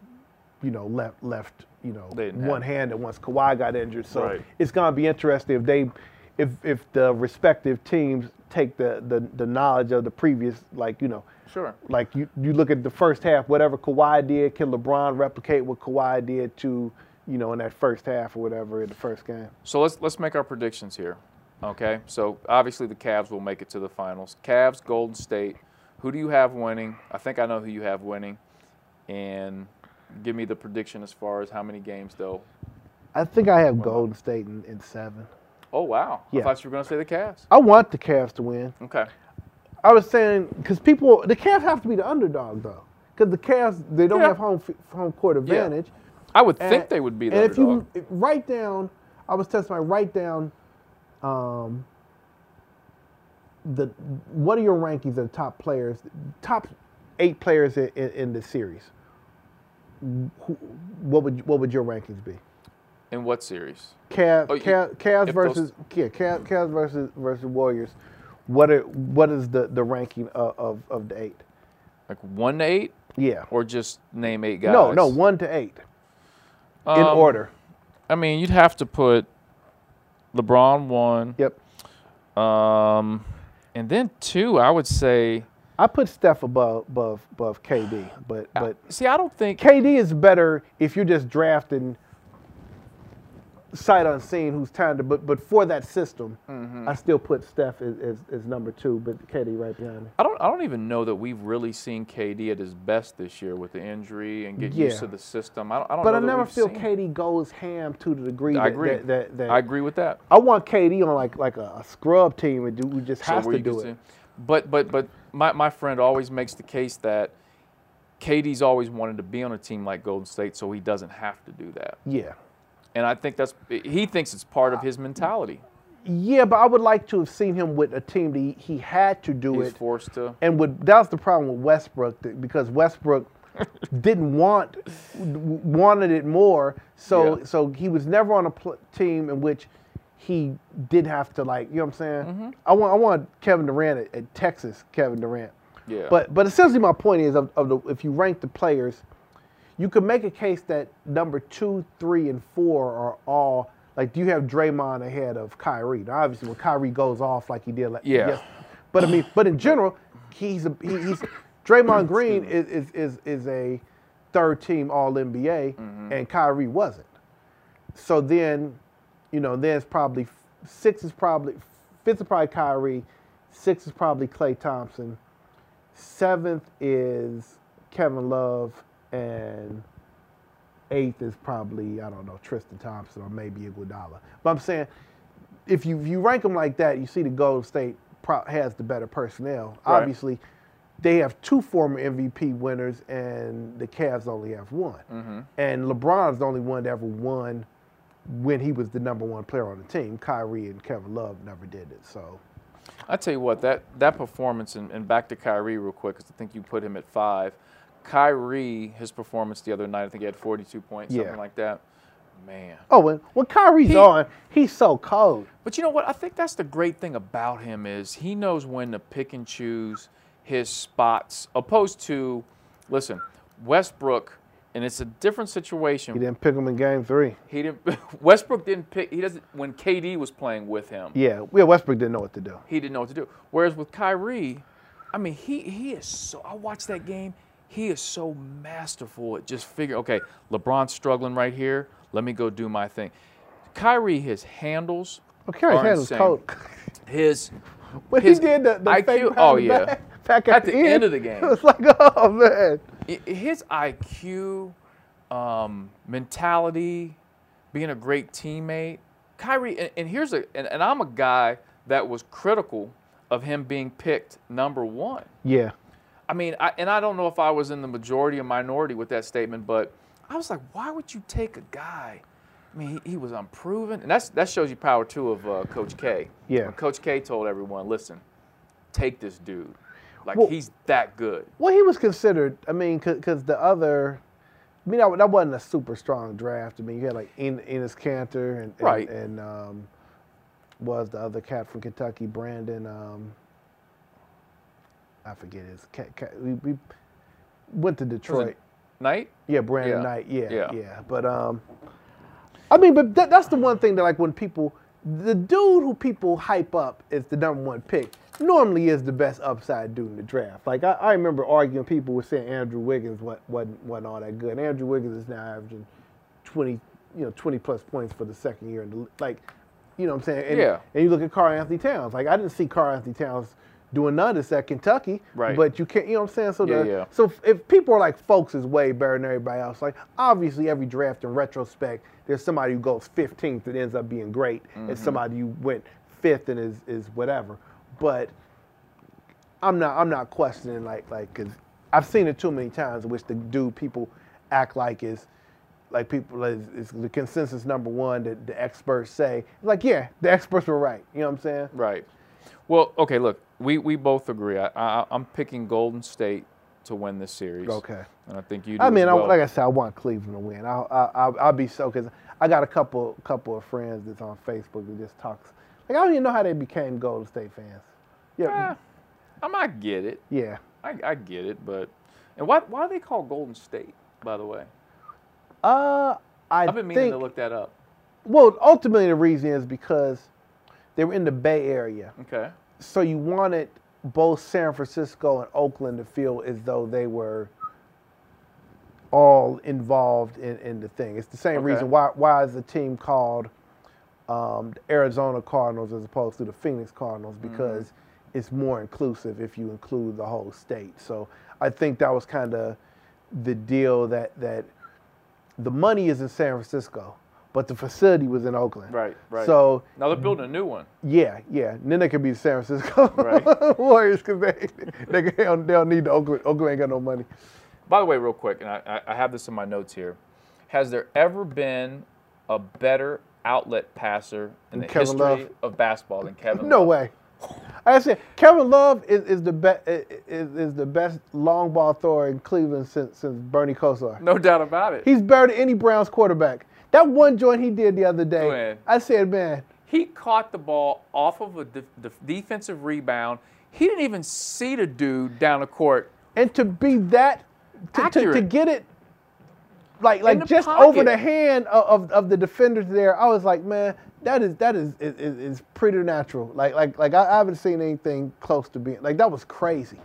you know, left left you know They didn't have- one handed once Kawhi got injured. So Right. it's gonna be interesting if they, if if the respective teams take the the, the knowledge of the previous like you know. Sure. Like you, you look at the first half, whatever Kawhi did, can LeBron replicate what Kawhi did to, you know, in that first half or whatever in the first game? So let's let's make our predictions here. Okay. So obviously the Cavs will make it to the finals. Cavs, Golden State. Who do you have winning? I think I know who you have winning. And give me the prediction as far as how many games they'll. I think I have Golden State in, in seven. Oh wow! I Yeah. thought you were going to say the Cavs. I want the Cavs to win. Okay. I was saying because people, the Cavs have to be the underdog though, because the Cavs they don't Yeah. have home f- home court advantage. I would And- think they would be the And if underdog. you if- write down, I was testing my write down, um, the what are your rankings of top players, top eight players in, in, in the series? Who, what would what would your rankings be? In what series? Cav, Oh, you- Cav, Cavs if those- versus yeah, Cav, Cavs versus versus Warriors. What are what is the the ranking of of, of the eight? Like one to eight, Yeah. or just name eight guys? No, no, one to eight Um, in order. I mean, you'd have to put LeBron one, Yep. um, and then two. I would say. I put Steph above above above KD, but but See, I don't think. KD is better if you're just drafting sight unseen who's talented. But but for that system, Mm-hmm. I still put Steph as, as, as number two, but KD right behind him. I don't. I don't even know that we've really seen KD at his best this year with the injury and get used Yeah. to the system. I don't. I don't But know I that never we've feel seen- KD goes ham to the degree I that, agree. that, that, that I agree with that. I want KD on like like a, a scrub team and do, who just So has where to you can do it. see- But but but my, my friend always makes the case that KD's always wanted to be on a team like Golden State, so he doesn't have to do that. Yeah. And I think that's he thinks it's part of his mentality. Yeah, but I would like to have seen him with a team that he, he had to do He's it. forced to. and with that was the problem with Westbrook th- because Westbrook didn't want w- wanted it more. So Yeah. so he was never on a pl- team in which he did have to like you know what I'm saying. Mm-hmm. I want I want Kevin Durant at, at Texas Kevin Durant. Yeah. But but essentially my point is of, of the, if you rank the players, you could make a case that number two, three, and four are all like. Do you have Draymond ahead of Kyrie? Now, obviously, when Kyrie goes off like he did, like, Yeah. But I mean, but in general, he's a, he, he's Draymond Green is, is is is a third team All NBA, and Kyrie wasn't. So then, you know, there's probably six is probably fifth is probably Kyrie, six is probably Clay Thompson, seventh is Kevin Love, and eighth is probably I don't know Tristan Thompson or maybe Iguodala. But I'm saying if you if you rank them like that, you see the Golden State pro- has the better personnel. Right. Obviously, they have two former MVP winners, and the Cavs only have one. Mm-hmm. And LeBron's the only one that ever won when he was the number one player on the team. Kyrie and Kevin Love never did it. So I tell you what, that that performance, and, and back to Kyrie real quick, because I think you put him at five. Kyrie, his performance the other night, I think he had 42 points, Yeah. something like that. Man. oh, when when Kyrie's He- on, he's so cold. But you know what? I think that's the great thing about him is he knows when to pick and choose his spots, opposed to, listen, Westbrook, and it's a different situation. He didn't pick him in game three. He didn't. Westbrook didn't pick. He doesn't. When KD was playing with him, Yeah, yeah. Westbrook didn't know what to do. he didn't know what to do. Whereas with Kyrie, I mean, he he is so. I watched that game. He is so masterful at just figuring. Okay, LeBron's struggling right here. Let me go do my thing. Kyrie, his handles. Well, Kyrie's are hand was insane. cold. His when His he did the, the IQ fake oh, behind the yeah. back, back at, At the end of the game. It was like, oh man. i- his IQ, um, mentality, being a great teammate. Kyrie, and, and here's a, and, and I'm a guy that was critical of him being picked number one. Yeah. I mean, I, and I don't know if I was in the majority or minority with that statement, but I was like, why would you take a guy? I mean, he, he was unproven, and that's that shows you power too of uh, Coach K. Yeah. When Coach K told everyone, listen, take this dude, like Well- he's that good. Well, he was considered. I mean, because the other, I mean, that, that wasn't a super strong draft. I mean, you had like en- Enos Cantor and and, Right. and um, was the other cat from Kentucky, Brandon. Um, I forget his cat. cat we, we went to Detroit. Knight, Yeah, Brandon Yeah. Knight. Yeah, Yeah. yeah, But um, I mean, but that, that's the one thing that like when people, the dude who people hype up is the number one pick. Normally is the best upside dude in the draft. Like I, I remember arguing people were saying Andrew Wiggins wa- wasn't wasn't all that good. Andrew Wiggins is now averaging twenty, you know, twenty plus points for the second year in the li- like, you know what I'm saying? And, Yeah. And you look at Carl Anthony Towns. Like I didn't see Carl Anthony Towns doing none of this at Kentucky. Right. But you can't, you know what I'm saying? So Yeah, the, yeah. so if- if people are like, folks is way better than everybody else. Like, obviously, every draft in retrospect, there's somebody who goes 15th and ends up being great, and Mm-hmm. somebody who went fifth and is is whatever. But I'm not I'm not questioning like like because I've seen it too many times, in which the dude people act like is like people is, is the consensus number one that the experts say like yeah the experts were right you know what I'm saying right? Well, okay, look, we we both agree. I, I I'm picking Golden State to win this series. Okay. and I think you. Do I mean, as I, well. like I said, I want Cleveland to win. I'll, I, I'll, I'll be so because I got a couple couple of friends that's on Facebook that just talks. Like I don't even know how they became Golden State fans. Yeah, Eh, I might get it. yeah. I, I get it, but and why why do they call Golden State? By the way, Uh, I I've been meaning think. to look that up. well, ultimately, the reason is because they were in the Bay Area, Okay. so you wanted both San Francisco and Oakland to feel as though they were all involved in, in the thing. It's the same Okay. reason why why is the team called um, the Arizona Cardinals as opposed to the Phoenix Cardinals Mm-hmm. because it's more inclusive if you include the whole state. So I think that was kind of the deal that that the money is in San Francisco, but the facility was in Oakland. Right, right. So Now they're building a new one. yeah, yeah. And then they could be the San Francisco Right. Warriors because they, they, could- they, don't, they don't need the Oakland. Oakland ain't got no money. By the way, real quick, and I, I I have this in my notes here. Has there ever been a better outlet passer in the Kevin history Love. of basketball than Kevin? No Love? way. I said Kevin Love is, is the best is, is the best long ball thrower in Cleveland since since Bernie Kosar. No doubt about it. He, He's better than any Browns quarterback. That one joint he did the other day, Man. I said, man, caught the ball off of a def- def- defensive rebound. He didn't even see the dude down the court. and to be that to, to, to Accurate. get it like the like just pocket. over the hand of, of, of the defenders there i was like man that is that is is, is, is preternatural like like like I, I haven't seen anything close to being like that was crazy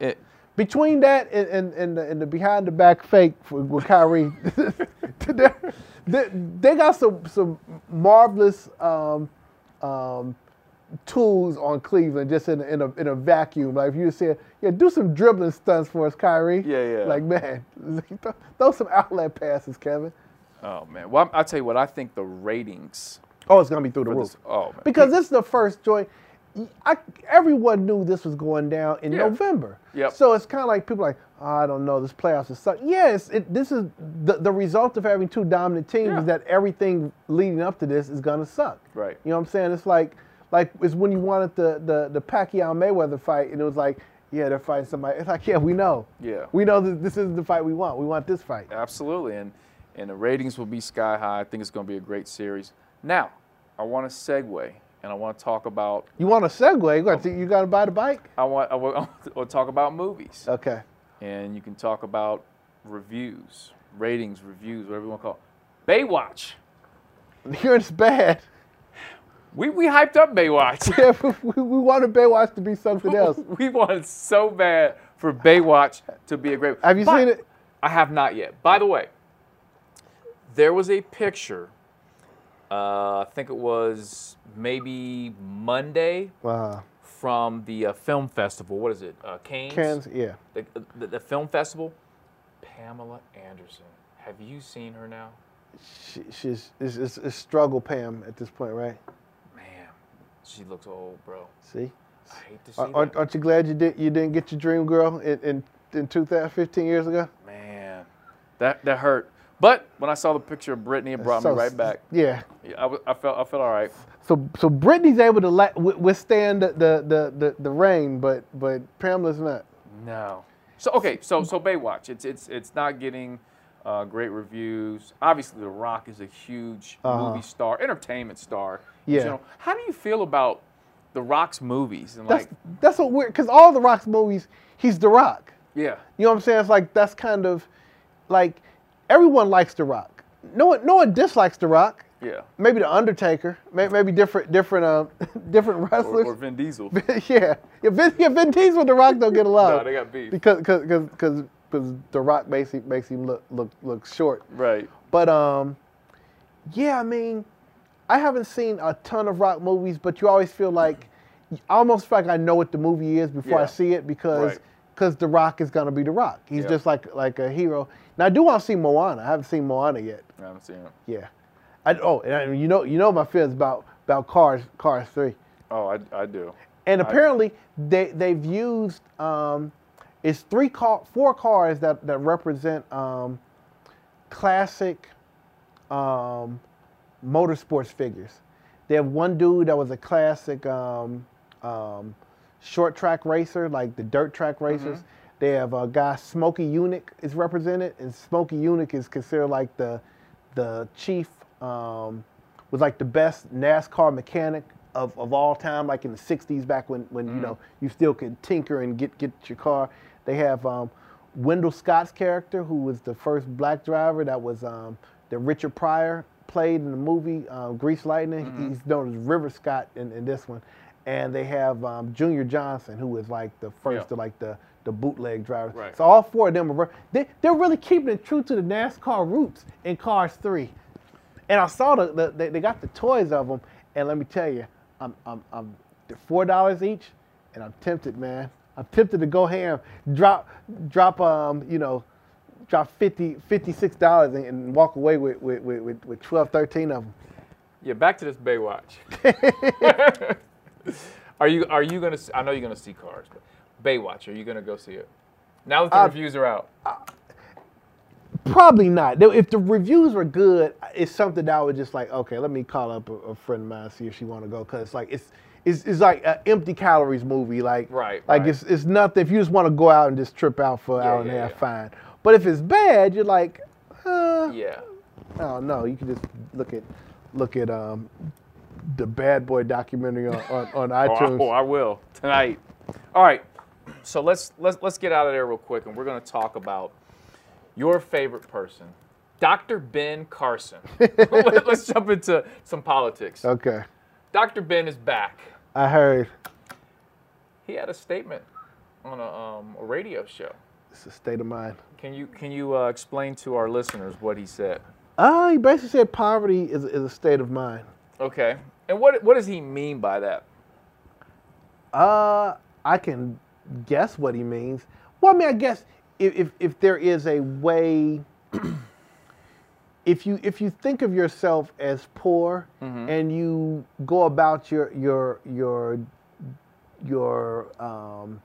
It, between that and and, and, the, and the behind the back fake for, with Kyrie, to their- they, they got some some marvelous um, um, tools on Cleveland just in a, in a in a vacuum. Like if you said, yeah, do some dribbling stunts for us, Kyrie. Yeah, yeah. Like man, throw- throw some outlet passes, Kevin. oh man. Well, I will tell you what. I think the ratings. Oh, it's gonna be through the for roof. this- oh man. because this is the first joint. I, everyone knew this was going down in Yeah. November. Yep. So it's kind of like people like, "Oh, I don't know, this playoffs is suck. Yes, it, this is the, the result of having two dominant teams Yeah. is that everything leading up to this is gonna suck. Right. You know what I'm saying? It's like like it's when you wanted the the the Pacquiao Mayweather fight and it was like, yeah, they're fighting somebody. It's like, yeah, we know. Yeah. We know that this is the fight we want. We want this fight. Absolutely, and and the ratings will be sky high. I think it's going to be a great series. Now, I want to segue, and I want to talk about You want a segue? You got Oh. to, you got to buy the bike. I want I want I want to talk about movies, Okay. and you can talk about reviews, ratings, reviews, whatever you want to call it. Baywatch. Here it's bad. We we hyped up Baywatch. Yeah, we, we wanted Baywatch to be something else. we wanted so bad for Baywatch to be a great. Have you But- seen it? I have not yet. By the way, there was a picture. Uh, I think it was maybe Monday Uh, from the uh, film festival. What is it? Uh, Cannes. Ken's, yeah. The, uh, the, the film festival. Pamela Anderson. Have you seen her now? She, she's it's, it's, it's struggle Pam at this point, right? Man, she looks old, bro. See? I hate to see Aren't- Aren't, that. aren't you glad you did you didn't get your dream girl in in, in 2015 years ago? Man, that that hurt. But when I saw the picture of Brittany, it brought So- me right back. Yeah. Yeah, I, w- I felt I felt all right. So so Brittany's able to la- wi- withstand the the, the, the the rain, but but Pamela's not. No. So okay, so so Baywatch, it's it's it's not getting uh, great reviews. Obviously, The Rock is a huge Uh-huh. movie star, entertainment star. in Yeah. general. How do you feel about The Rock's movies? And That's like, that's what weird because all the Rock's movies, he's the Rock. yeah, You know what I'm saying? It's like that's kind of like everyone likes the Rock. No one no one dislikes the Rock. yeah, Maybe the Undertaker. May, maybe different different um different or, wrestlers. or Vin Diesel. yeah, yeah, Vin, yeah, Vin Diesel and The Rock don't get along. No, they got beef. because because because because The Rock makes him makes him look look look short. Right. But um, yeah, I mean, I haven't seen a ton of Rock movies, but you always feel like I almost feel like I know what the movie is before I Yeah. see it because Right. because The Rock is gonna be The Rock. He's Yeah. just like like a hero. Now I do want to see Moana. I haven't seen Moana yet. I haven't seen it. Yeah. I, oh, and I, you know you know my feelings about about Cars Cars Three. Oh, I, I do. And apparently, they they've used um, it's three car, four cars that that represent um, classic um, motorsports figures. They have one dude that was a classic um, um, short track racer, like the dirt track racers. They have a guy Smokey Eunuch is represented, and Smokey Eunuch is considered like the the chief um, was like the best NASCAR mechanic of, of all time, like in the '60s, back when when you know you still could tinker and get get your car. They have um, Wendell Scott's character, who was the first black driver that was um, that Richard Pryor played in the movie um, Grease Lightning. He's known as River Scott in, in this one, and they have um, Junior Johnson, who was like the first Yeah. of like the the bootleg driver. Right. So all four of them are re- they, they're really keeping it true to the NASCAR roots in Cars Three. And I saw the, the they, they got the toys of them, and let me tell you, I'm I'm, I'm they're four dollars each, and I'm tempted, man. I'm tempted to go ham, drop drop um you know, drop 50 56 dollars and, and walk away with with, with, with with 12, 13 of them. Yeah, back to this Baywatch. are you are you gonna? s- I know you're gonna see Cars, but Baywatch. Are you gonna go see it? Now that Uh, the reviews are out, Probably not. Though If the reviews were good, it's something that I would just like. Okay, let me call up a, a friend of mine see if she want to go. Cause it's like it's it's, it's like an empty calories movie. Like Right, Like right. it's it's nothing. If you just want to go out and just trip out for an Yeah, hour and a yeah, half, yeah. fine. But if it's bad, you're like, uh, yeah, oh no. You can just look at look at um the Bad Boy documentary on on, on Oh, I, iTunes. oh, I will tonight. All right, so let's let's let's get out of there real quick, and we're gonna talk about your favorite person, Dr. Ben Carson. Let- let's jump into some politics. Okay, Dr. Ben is back. I heard He had a statement on a, um, a radio show. it's a state of mind. Can you can you uh, explain to our listeners what he said? Uh, he basically said poverty is is a state of mind. Okay. And what what does he mean by that? Uh, I can guess what he means. Well, I mean, I guess if if, if there is a way, if you if you think of yourself as poor and you go about your your your your um,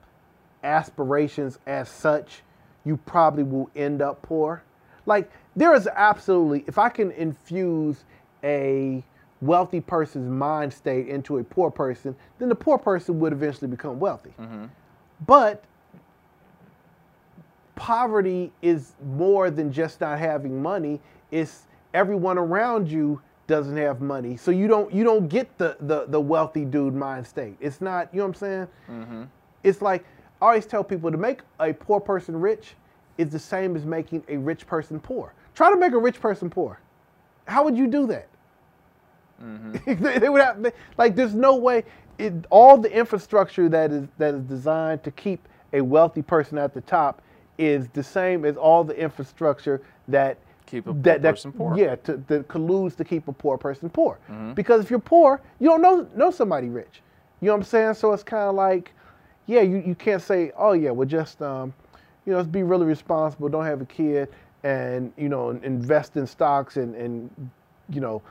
aspirations as such, you probably will end up poor. Like there is absolutely, if I can infuse a wealthy person's mind state into a poor person, then the poor person would eventually become wealthy. But poverty is more than just not having money. It's everyone around you doesn't have money, so you don't you don't get the the, the wealthy dude mind state. It's not you know what I'm saying. It's like I always tell people to make a poor person rich is the same as making a rich person poor. Try to make a rich person poor. How would you do that? Mm-hmm. they, they would have they- like there's no way it, all the infrastructure that is that is designed to keep a wealthy person at the top is the same as all the infrastructure that Keep a poor that, that, person poor. Yeah, to, that colludes to keep a poor person poor. Because if you're poor, you don't know know somebody rich. You know what I'm saying? So it's kind of like, yeah, you, you can't say, oh yeah, well just um, you know, let's be really responsible. Don't have a kid, and you know, and invest in stocks and and you know,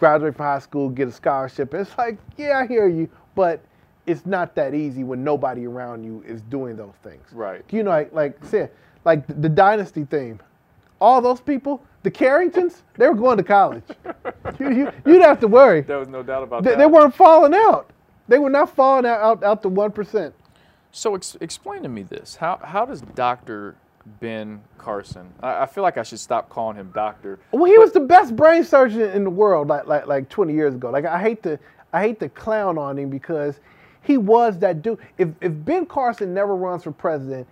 graduate from high school, get a scholarship. It's like, yeah, I hear you, but it's not that easy when nobody around you is doing those things. Right. You know, like, like I said, like the, the dynasty theme. All those people, the Carringtons, they were going to college. you, you, you'd have to worry. There was no doubt about They, that. they weren't falling out. They were not falling out out, out the one percent. So ex- explain to me this. How, how does Dr. Ben Carson, I, I feel like I should stop calling him doctor. Well, he was the best brain surgeon in the world, like like like 20 years ago. Like I hate to I hate to clown on him because he was that dude. If if Ben Carson never runs for president,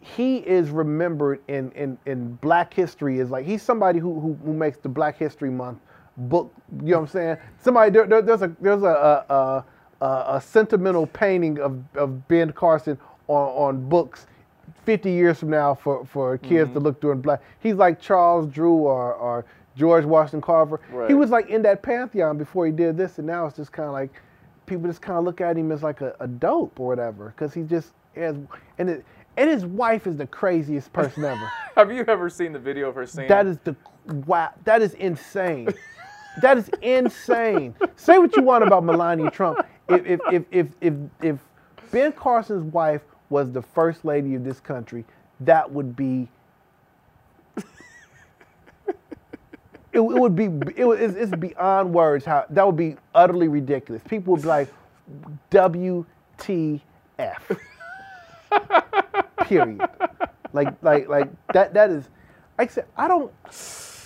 he is remembered in in, in Black history is like he's somebody who, who who makes the Black History Month book. You know what I'm saying? Somebody there, there- there's a there's a a, a a a sentimental painting of of Ben Carson on on books 50 years from now for, for kids to look through and black. He's like Charles Drew or, or George Washington Carver. He Right. was like in that pantheon before he did this, and now it's just kind of like people just kind of look at him as like a, a dope or whatever because he just has. And, it, and his wife is the craziest person ever. Have you ever seen the video of her saying That is the wow. That is insane. that is insane. Say what you want about Melania Trump. If if if if if, if Ben Carson's wife was the first lady of this country, that would be. It, it would be it would, it's, it's beyond words how that would be utterly ridiculous. People would be like, WTF period. like like like that that is like I said I don't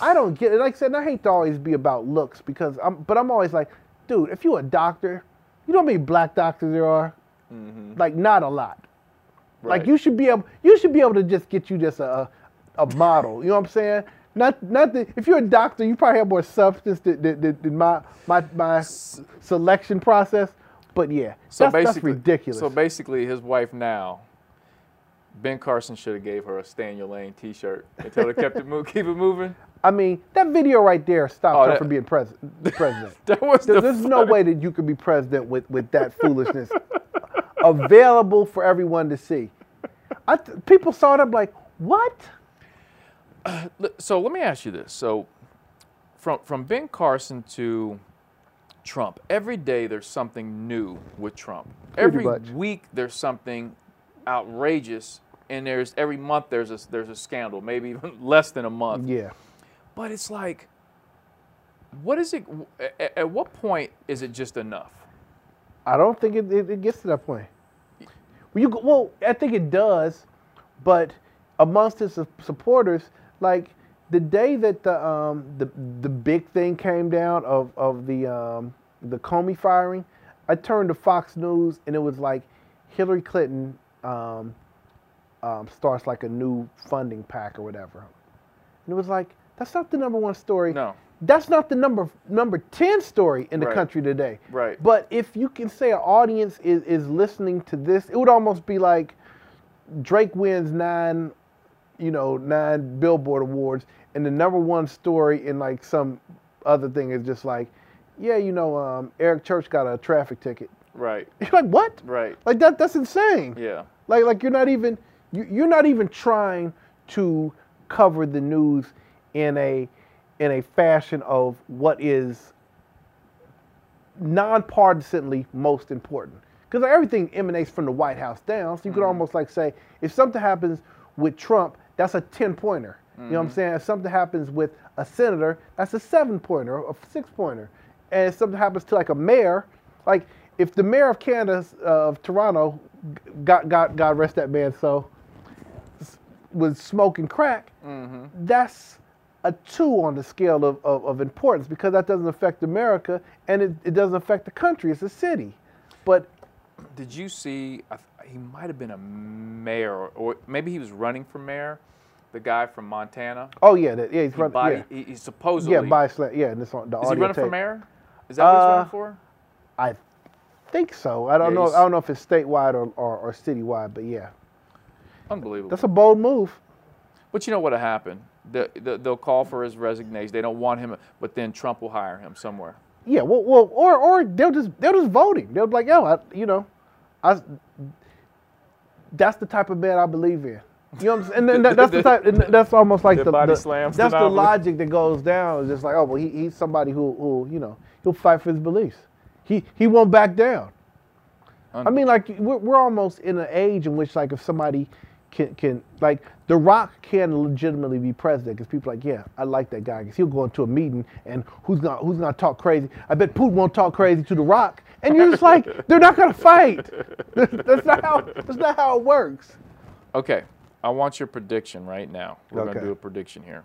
I don't get it. Like I said, and I hate to always be about looks because I'm but I'm always like, dude, if you a doctor, you know how many black doctors there are? Like not a lot. Like Mm-hmm. Right. you should be able you should be able to just get you just a a model. You know what I'm saying? Not, not that if you're a doctor, you probably have more substance than, than, than than my my my selection process. But yeah, that's, that's ridiculous. So basically, his wife now, Ben Carson should have gave her a Stand Your Lane T-shirt until they kept it mo- keep it moving. I mean, that video right there stopped Oh, her that- from being pres- president. That was There- the There's no way that you could be president with, with that foolishness available for everyone to see. I th- people saw them like, what? L- So let me ask you this. So from from Ben Carson to Trump, every day there's something new with Trump. Every much. week there's something outrageous, and there's every month there's a there's a scandal. Maybe even less than a month. Yeah. But it's like, what is it? a- a- At what point is it just enough? I don't think it, it, it gets to that point. Well, you go, well, I think it does, but amongst his su- supporters, like the day that the um, the the big thing came down of of the um, the Comey firing, I turned to Fox News and it was like Hillary Clinton um, um, starts like a new funding pack or whatever, and it was like that's not the number one story. No. That's not the number number ten story in the Right. country today. Right. But if you can say an audience is, is listening to this, it would almost be like Drake wins nine, you know, nine Billboard awards, and the number one story in like some other thing is just like, yeah, you know, um, Eric Church got a traffic ticket. Right. You're like, what? Right. Like that? That's insane. Yeah. Like like you're not even you, you're not even trying to cover the news in a in a fashion of what is nonpartisanly most important. Because everything emanates from the White House down. So you could almost like say if something happens with Trump, that's a ten pointer. You know what I'm saying? If something happens with a senator, that's a seven pointer, a six pointer. And if something happens to like a mayor, like if the mayor of Canada uh, of Toronto, g- God, God, God rest that man, so s- was smoking crack, that's a two on the scale of, of, of importance because that doesn't affect America and it, it doesn't affect the country. It's a city. But Did you see? I th- He might have been a mayor, or, or maybe he was running for mayor. The guy from Montana. oh yeah, that, yeah, he's running. Body, yeah, he, he's supposedly. yeah, by slant. Yeah, and it's on the Is he audio running for tape. mayor? Is that what he's Uh, running for? I think so. I don't Yeah, know. he's- I don't know if it's statewide or, or, or citywide, but yeah, Unbelievable. that's a bold move. but you know what'll happen? The, the, they'll call for his resignation. They don't want him, but then Trump will hire him somewhere. Yeah, well, well, or or they'll just they'll just vote him. They'll be like, yo, I, you know, I. That's the type of man I believe in. You know what I'm saying? And then that- that's the type. And that's almost like The the, body the- slams that's the phenomenon. logic that goes down. It's just like, oh well, he, he's somebody who who you know he'll fight for his beliefs. He he won't back down. I mean, like we're, we're almost in an age in which, like, if somebody can can like The Rock can legitimately be president because people are like, yeah, I like that guy because he'll go into a meeting and who's gonna who's gonna talk crazy? I bet Putin won't talk crazy to The Rock, and you're just like, they're not gonna fight. That's, that's not how that's not how it works. Okay, I want your prediction right now. We're gonna Okay. do a prediction here.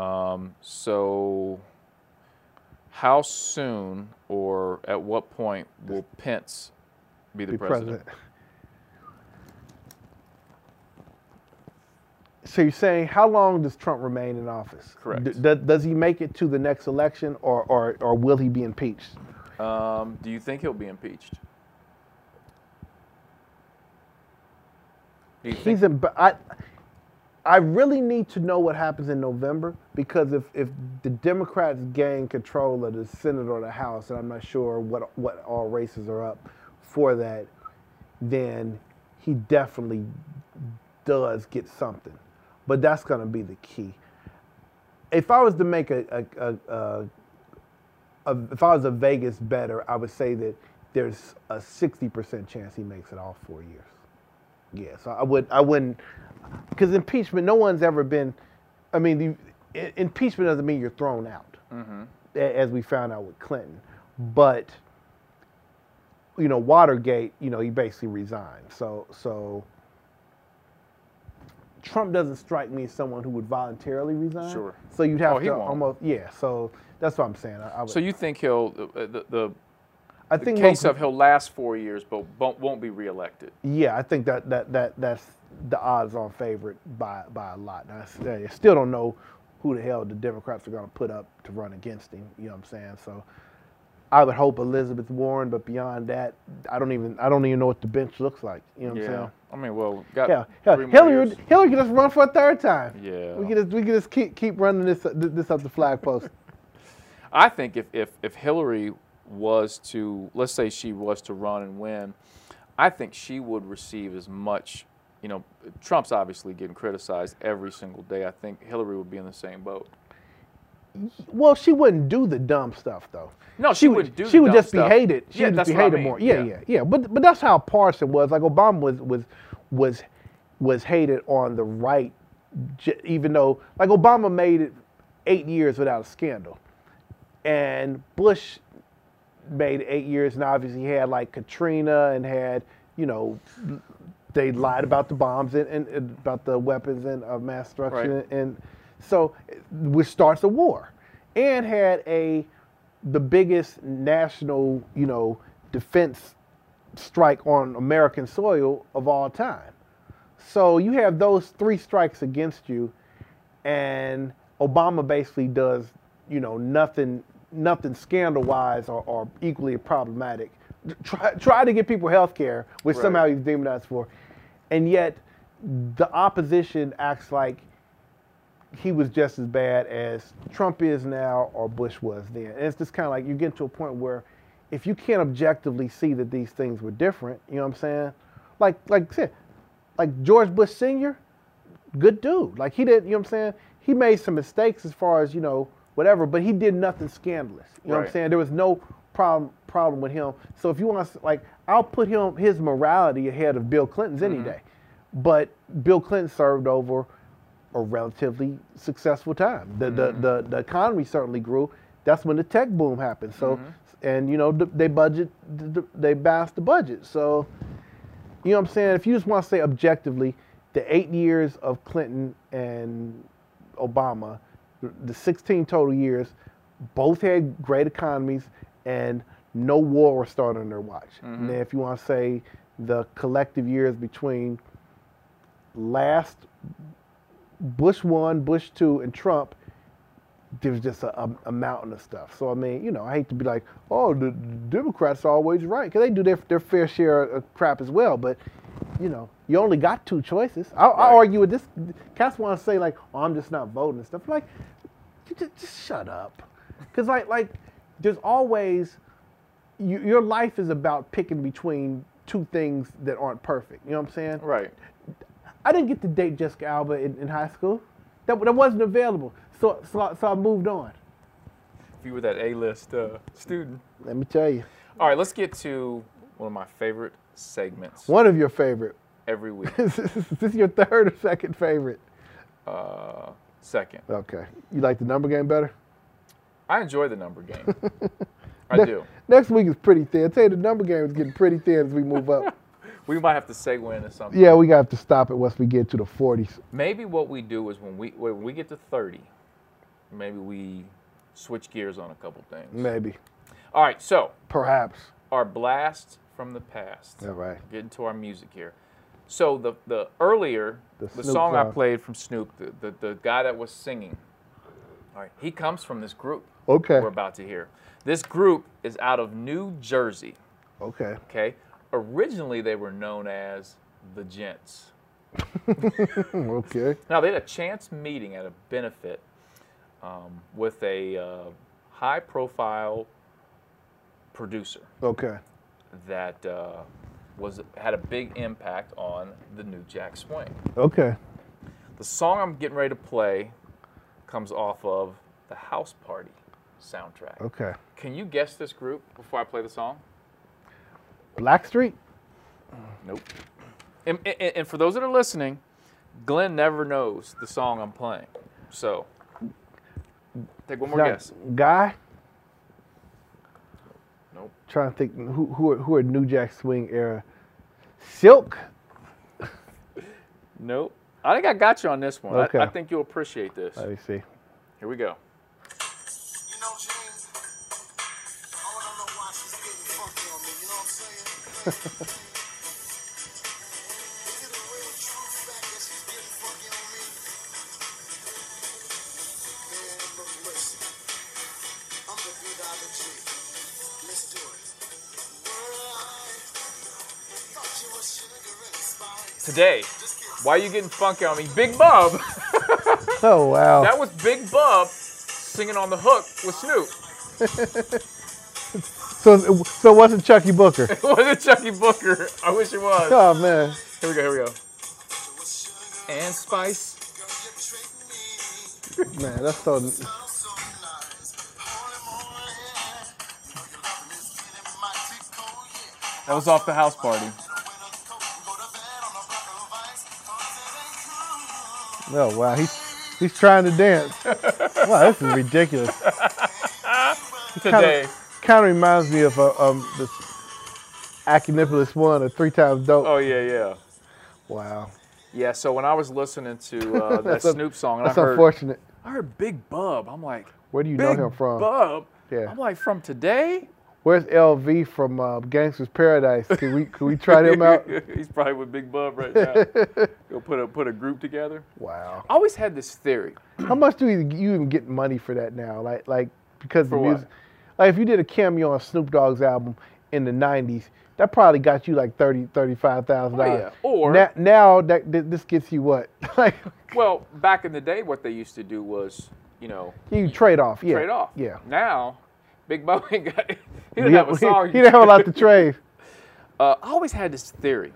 Um, so, how soon or at what point will Pence be the Be president? president. So you're saying how long does Trump remain in office? Correct. D- does- does he make it to the next election, or, or, or will he be impeached? Um, do you think he'll be impeached? Do you He's think? in. but I, I really need to know what happens in November because if, if the Democrats gain control of the Senate or the House, and I'm not sure what what all races are up for that, then he definitely does get something. But that's going to be the key. If I was to make a, a, a, a of- if I was a Vegas better, I would say that there's a 60% chance he makes it all four years. Yeah, so I would I wouldn't because impeachment. No one's ever been. I mean, the, i- impeachment doesn't mean you're thrown out, Mm-hmm. a- as we found out with Clinton. But you know, Watergate. You know, he basically resigned. So so. Trump doesn't strike me as someone who would voluntarily resign. Sure. So you'd have Oh, he to won't. almost yeah. So that's what I'm saying. I, I would, So you think he'll uh, the the, I the think case most- of he'll last four years, but won't, won't be reelected. Yeah, I think that, that, that that's the odds on favorite by by a lot. And I s- I still don't know who the hell the Democrats are going to put up to run against him. You know what I'm saying? So I would hope Elizabeth Warren, but beyond that, I don't even I don't even know what the bench looks like. You know what I'm saying? I mean, well, we've got Yeah, three hell, more Hillary, years. would- Hillary could just run for a third time. Yeah. we could just we could just keep keep running this this up the flag post. I think if, if, if Hillary was to, let's say she was to run and win, I think she would receive as much, you know, Trump's obviously getting criticized every single day. I think Hillary would be in the same boat. Well, she wouldn't do the dumb stuff though. No, she wouldn't do the She would dumb just stuff. be hated. She Yeah, would that's just be what I hated mean. more. Yeah, Yeah. yeah, yeah, But but that's how Parson was. Like Obama was was was was hated on the right, j- even though like Obama made it eight years without a scandal, and Bush made eight years and obviously had like Katrina and had you know they lied about the bombs and, and, and about the weapons and of mass destruction Right. and so which starts a war and had a the biggest national you know defense strike on American soil of all time. So you have those three strikes against you, and Obama basically does, you know, nothing, nothing scandal-wise or, or equally problematic. Try, try to get people health care, which Right. somehow he's demonized for, and yet the opposition acts like he was just as bad as Trump is now or Bush was then. And it's just kind of like you get to a point where if you can't objectively see that these things were different, you know what I'm saying? Like like I said, like George Bush Sr., good dude. Like he did, you know what I'm saying? He made some mistakes as far as, you know, whatever, but he did nothing scandalous. You know what Right. I'm saying? There was no problem problem with him. So if you want to like I'll put him his morality ahead of Bill Clinton's any day. But Bill Clinton served over a relatively successful time. The, the, the, the economy certainly grew. That's when the tech boom happened. So, and you know, th- they budget, th- th- they balanced the budget. So, you know what I'm saying? If you just want to say objectively, the eight years of Clinton and Obama, th- the 16 total years, both had great economies and no war was started on their watch. And then if you want to say the collective years between last Bush one, Bush two, and Trump, there's just a, a, a mountain of stuff. So I mean, you know, I hate to be like, oh, the Democrats are always right because they do their, their fair share of crap as well. But you know, you only got two choices. I, I Right. argue with this. Cats want to say like, oh, I'm just not voting and stuff. Like, you just, just shut up, because like like there's always you, your life is about picking between two things that aren't perfect. You know what I'm saying? Right. I didn't get to date Jessica Alba in, in high school. That, that wasn't available. So, so, I- so I moved on. If you were that A-list uh, student. Let me tell you. All right, let's get to one of my favorite segments One of your favorite. every week. this is your third or second favorite. Uh, second, Okay. You like the number game better? I enjoy the number game. I do. Next week is pretty thin. I tell you, the number game is getting pretty thin as we move up. We might have to segue into something. yeah, we got to stop it once we get to the 40s. Maybe what we do is when we when we get to 30, maybe we switch gears on a couple things. Maybe. All right, so Perhaps. our blast from the past. All right. Get into our music here. So the the earlier The the, Snoop song I song. played from Snoop, the, the the guy that was singing. All right, he comes from this group Okay. we're about to hear. This group is out of New Jersey. Okay. Okay, originally they were known as the Gents. Hmm, Okay. Now they had a chance meeting at a benefit um, with a uh, high-profile producer Okay. that uh, was had a big impact on the new Jack Swing. Okay. The song I'm getting ready to play comes off of the House Party soundtrack. Okay. Can you guess this group before I play the song? Blackstreet? Nope. And, and, and for those that are listening, Glenn never knows the song I'm playing. So take one more Now, guess. Guy? Nope. Trying to think who who are, who are New Jack Swing era? Silk? Nope. I think I got you on this one. I- Okay. I, think you'll appreciate this. Let me see. Here we go. You know, James, all I know why she's getting funky on me, you know what I'm saying? Is it a real true fact that she's getting funky on me? Man, look, listen. I'm the big out of G. Let's do it. Right. Thought you were cigarette spice. Today, Just get why are you getting funky on me? Big Bub. Oh wow. That was Big Bub singing on the hook with Snoop. so so it wasn't Chucky Booker. was it Chucky Booker? I wish it was. oh man. Here we go, here we go. you with sugar, And Spice. girl, you trick me. Man, that's so That was off the house party. oh wow. He's he's trying to dance. wow, this is ridiculous. Today. Kind of reminds me of uh, um this Acunipolis one, a three times dope. Oh yeah, yeah. Wow. Yeah, so when I was listening to uh, that That's un- Snoop song, and I That's heard, unfortunate. I heard Big Bub, I'm like, Where do you Big know him from? Bub? Yeah. I'm like, from today? Where's LV from uh, Gangster's Paradise? Can we can we try him out? He's probably with Big Bub right now. Go put a, put a group together. Wow. I always had this theory. How much do you, you even get money for that now? Like like because For the what? music, like if you did a cameo on Snoop Dogg's album in the '90s, that probably got you like thirty thirty five thousand Oh, yeah. dollars. Or- now, now that th- this gets you what? like Well, back in the day, what they used to do was, you know, you trade off. Yeah. trade off. Yeah. Now, Big Bo ain't got. He didn't Yeah, have a song. He, didn't have a lot to trade. Uh, I always had this theory.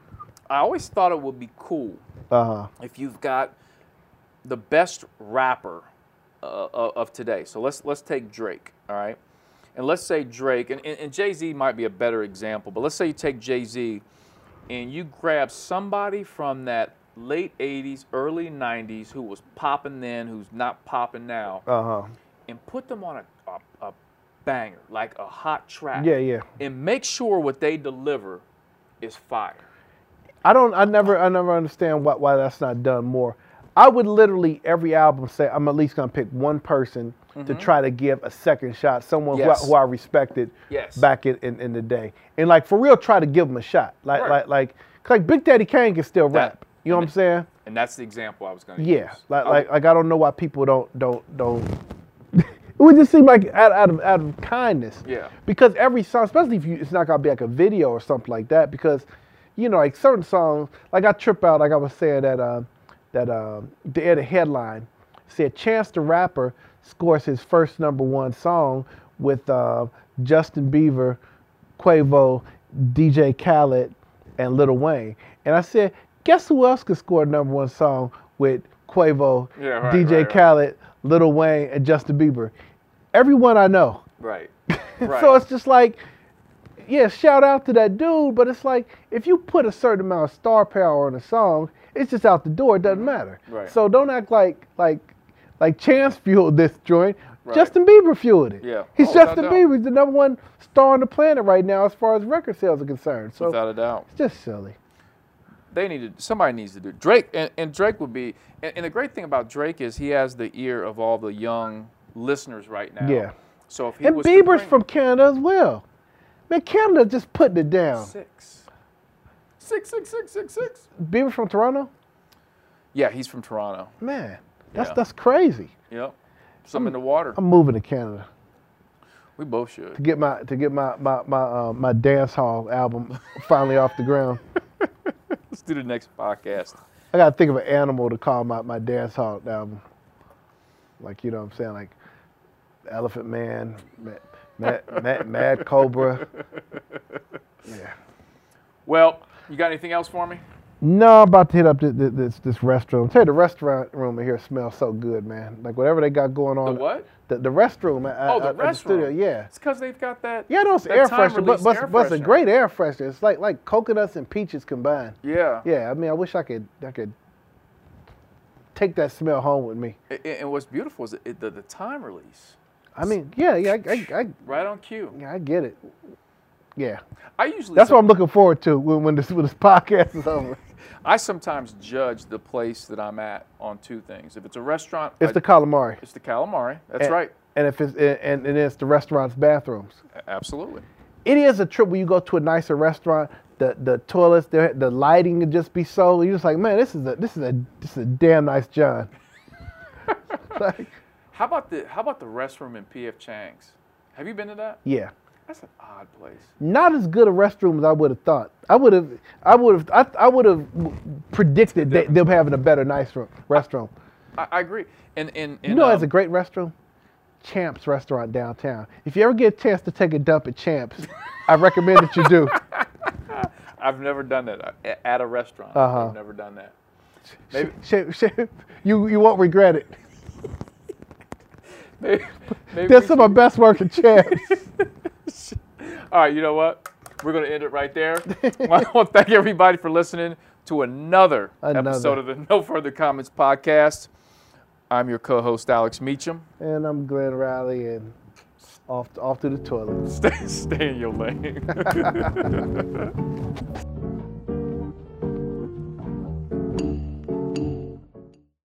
I always thought it would be cool Uh huh. if you've got the best rapper uh, o- of today. So let's let's take Drake. All right, and let's say Drake and, and, and Jay Z might be a better example, but let's say you take Jay Z and you grab somebody from that late 80s early 90s who was popping then who's not popping now Uh huh. and put them on a, a, a banger, like a hot track. Yeah, yeah. And make sure what they deliver is fire. I don't. I never. I never understand why why that's not done more. I would literally every album say I'm at least gonna pick one person to try to give a second shot. Someone Mm-hmm. Yes. who, I, who I respected Yes. back in, in, in the day, and like for real, try to give them a shot. Like Right. Mm-hmm. like like 'cause, like Big Daddy Kane can still rap. You know what I'm saying? And that's the example I was going to use. Yeah. Oh, Like I- like like I don't know why people don't don't don't. it would just seem like out, out of out of kindness. Yeah. Because every song, especially if you, it's not gonna be like a video or something like that, because you know, like certain songs, like I trip out, like I was saying that uh, that uh, they had a headline said Chance the Rapper scores his first number one song with uh, Justin Bieber, Quavo, DJ Khaled, and Lil Wayne, and I said, guess who else could score a number one song with Quavo, Yeah, right, DJ right, right. Khaled, Lil Wayne, and Justin Bieber? Everyone I know. right. right. So it's just like yeah, shout out to that dude, but it's like if you put a certain amount of star power on a song, it's just out the door. It doesn't matter. Right. So don't act like like like Chance fueled this joint. Right. Justin Bieber fueled it. Yeah. He's Oh, without Justin doubt. Bieber. He's the number one star on the planet right now as far as record sales are concerned. So without a doubt. it's just silly. they need to somebody needs to do Drake and, and Drake would be and, and the great thing about Drake is he has the ear of all the young listeners right now. Yeah. So if he And was to Bieber's bring- from Canada as well. Man, Canada just putting it down. six. Six six six six six. Bieber's from Toronto? Yeah, he's from Toronto. Man, that's Yeah. that's crazy. Yep. Some in the water. I'm moving to Canada. we both to should. get my to get my my my, uh, my dance hall album finally off the ground. Let's do the next podcast. I gotta think of an animal to call my, my dance hall album. Like you know what I'm saying, like Elephant Man, Mad, Mad, Mad, Mad Cobra. Yeah. Well, you got anything else for me? No, I'm about to hit up this this, this restaurant. tell you, the restaurant room in here smells so good, man. Like whatever they got going The on. what? The, the restroom. At, Oh, at- the at restaurant. Uh, the studio, yeah. It's because they've got that. Yeah, no, it's that air time freshener, but release but, air but it's a freshener. great air freshener. It's like like coconuts and peaches combined. Yeah. Yeah, I mean, I wish I could I could take that smell home with me. A- a- And what's beautiful is it, the, the time release, I mean, yeah, yeah, I, I, I, right on cue. yeah, I get it. Yeah, I usually that's sup- what I'm looking forward to when, when this when this podcast is over. I sometimes judge the place that I'm at on two things. If it's a restaurant, It's I- the calamari. it's the calamari. That's And- right. And if it's and, and it's the restaurant's bathrooms. A- Absolutely. It is a trip when you go to a nicer restaurant. The the toilets, the the lighting would just be so. You're just like, man, this is a this is a this is a damn nice John. like, How about the how about the restroom in PF Chang's? Have you been to that? yeah. That's an odd place. not as good a restroom as I would have thought. I would have, I would have, I, I would have predicted that them having a better nice room, restroom. I, I agree. And and, and You know, um, it's a great restroom, Champs Restaurant downtown. If you ever get a chance to take a dump at Champs, I recommend that you do. I've never done that I- a- at a restaurant. Uh-huh. I've never done that. Maybe- Sh- sh- sh- you you won't regret it. Maybe, maybe That's we some of my best work at Champs. All right, you know what? We're going to end it right there. I want to thank everybody for listening to another, Another. episode of the No Further Comments podcast. I'm your co host, Alex Meacham. and I'm Glenn Riley, and off off to the toilet. Stay, stay in your lane.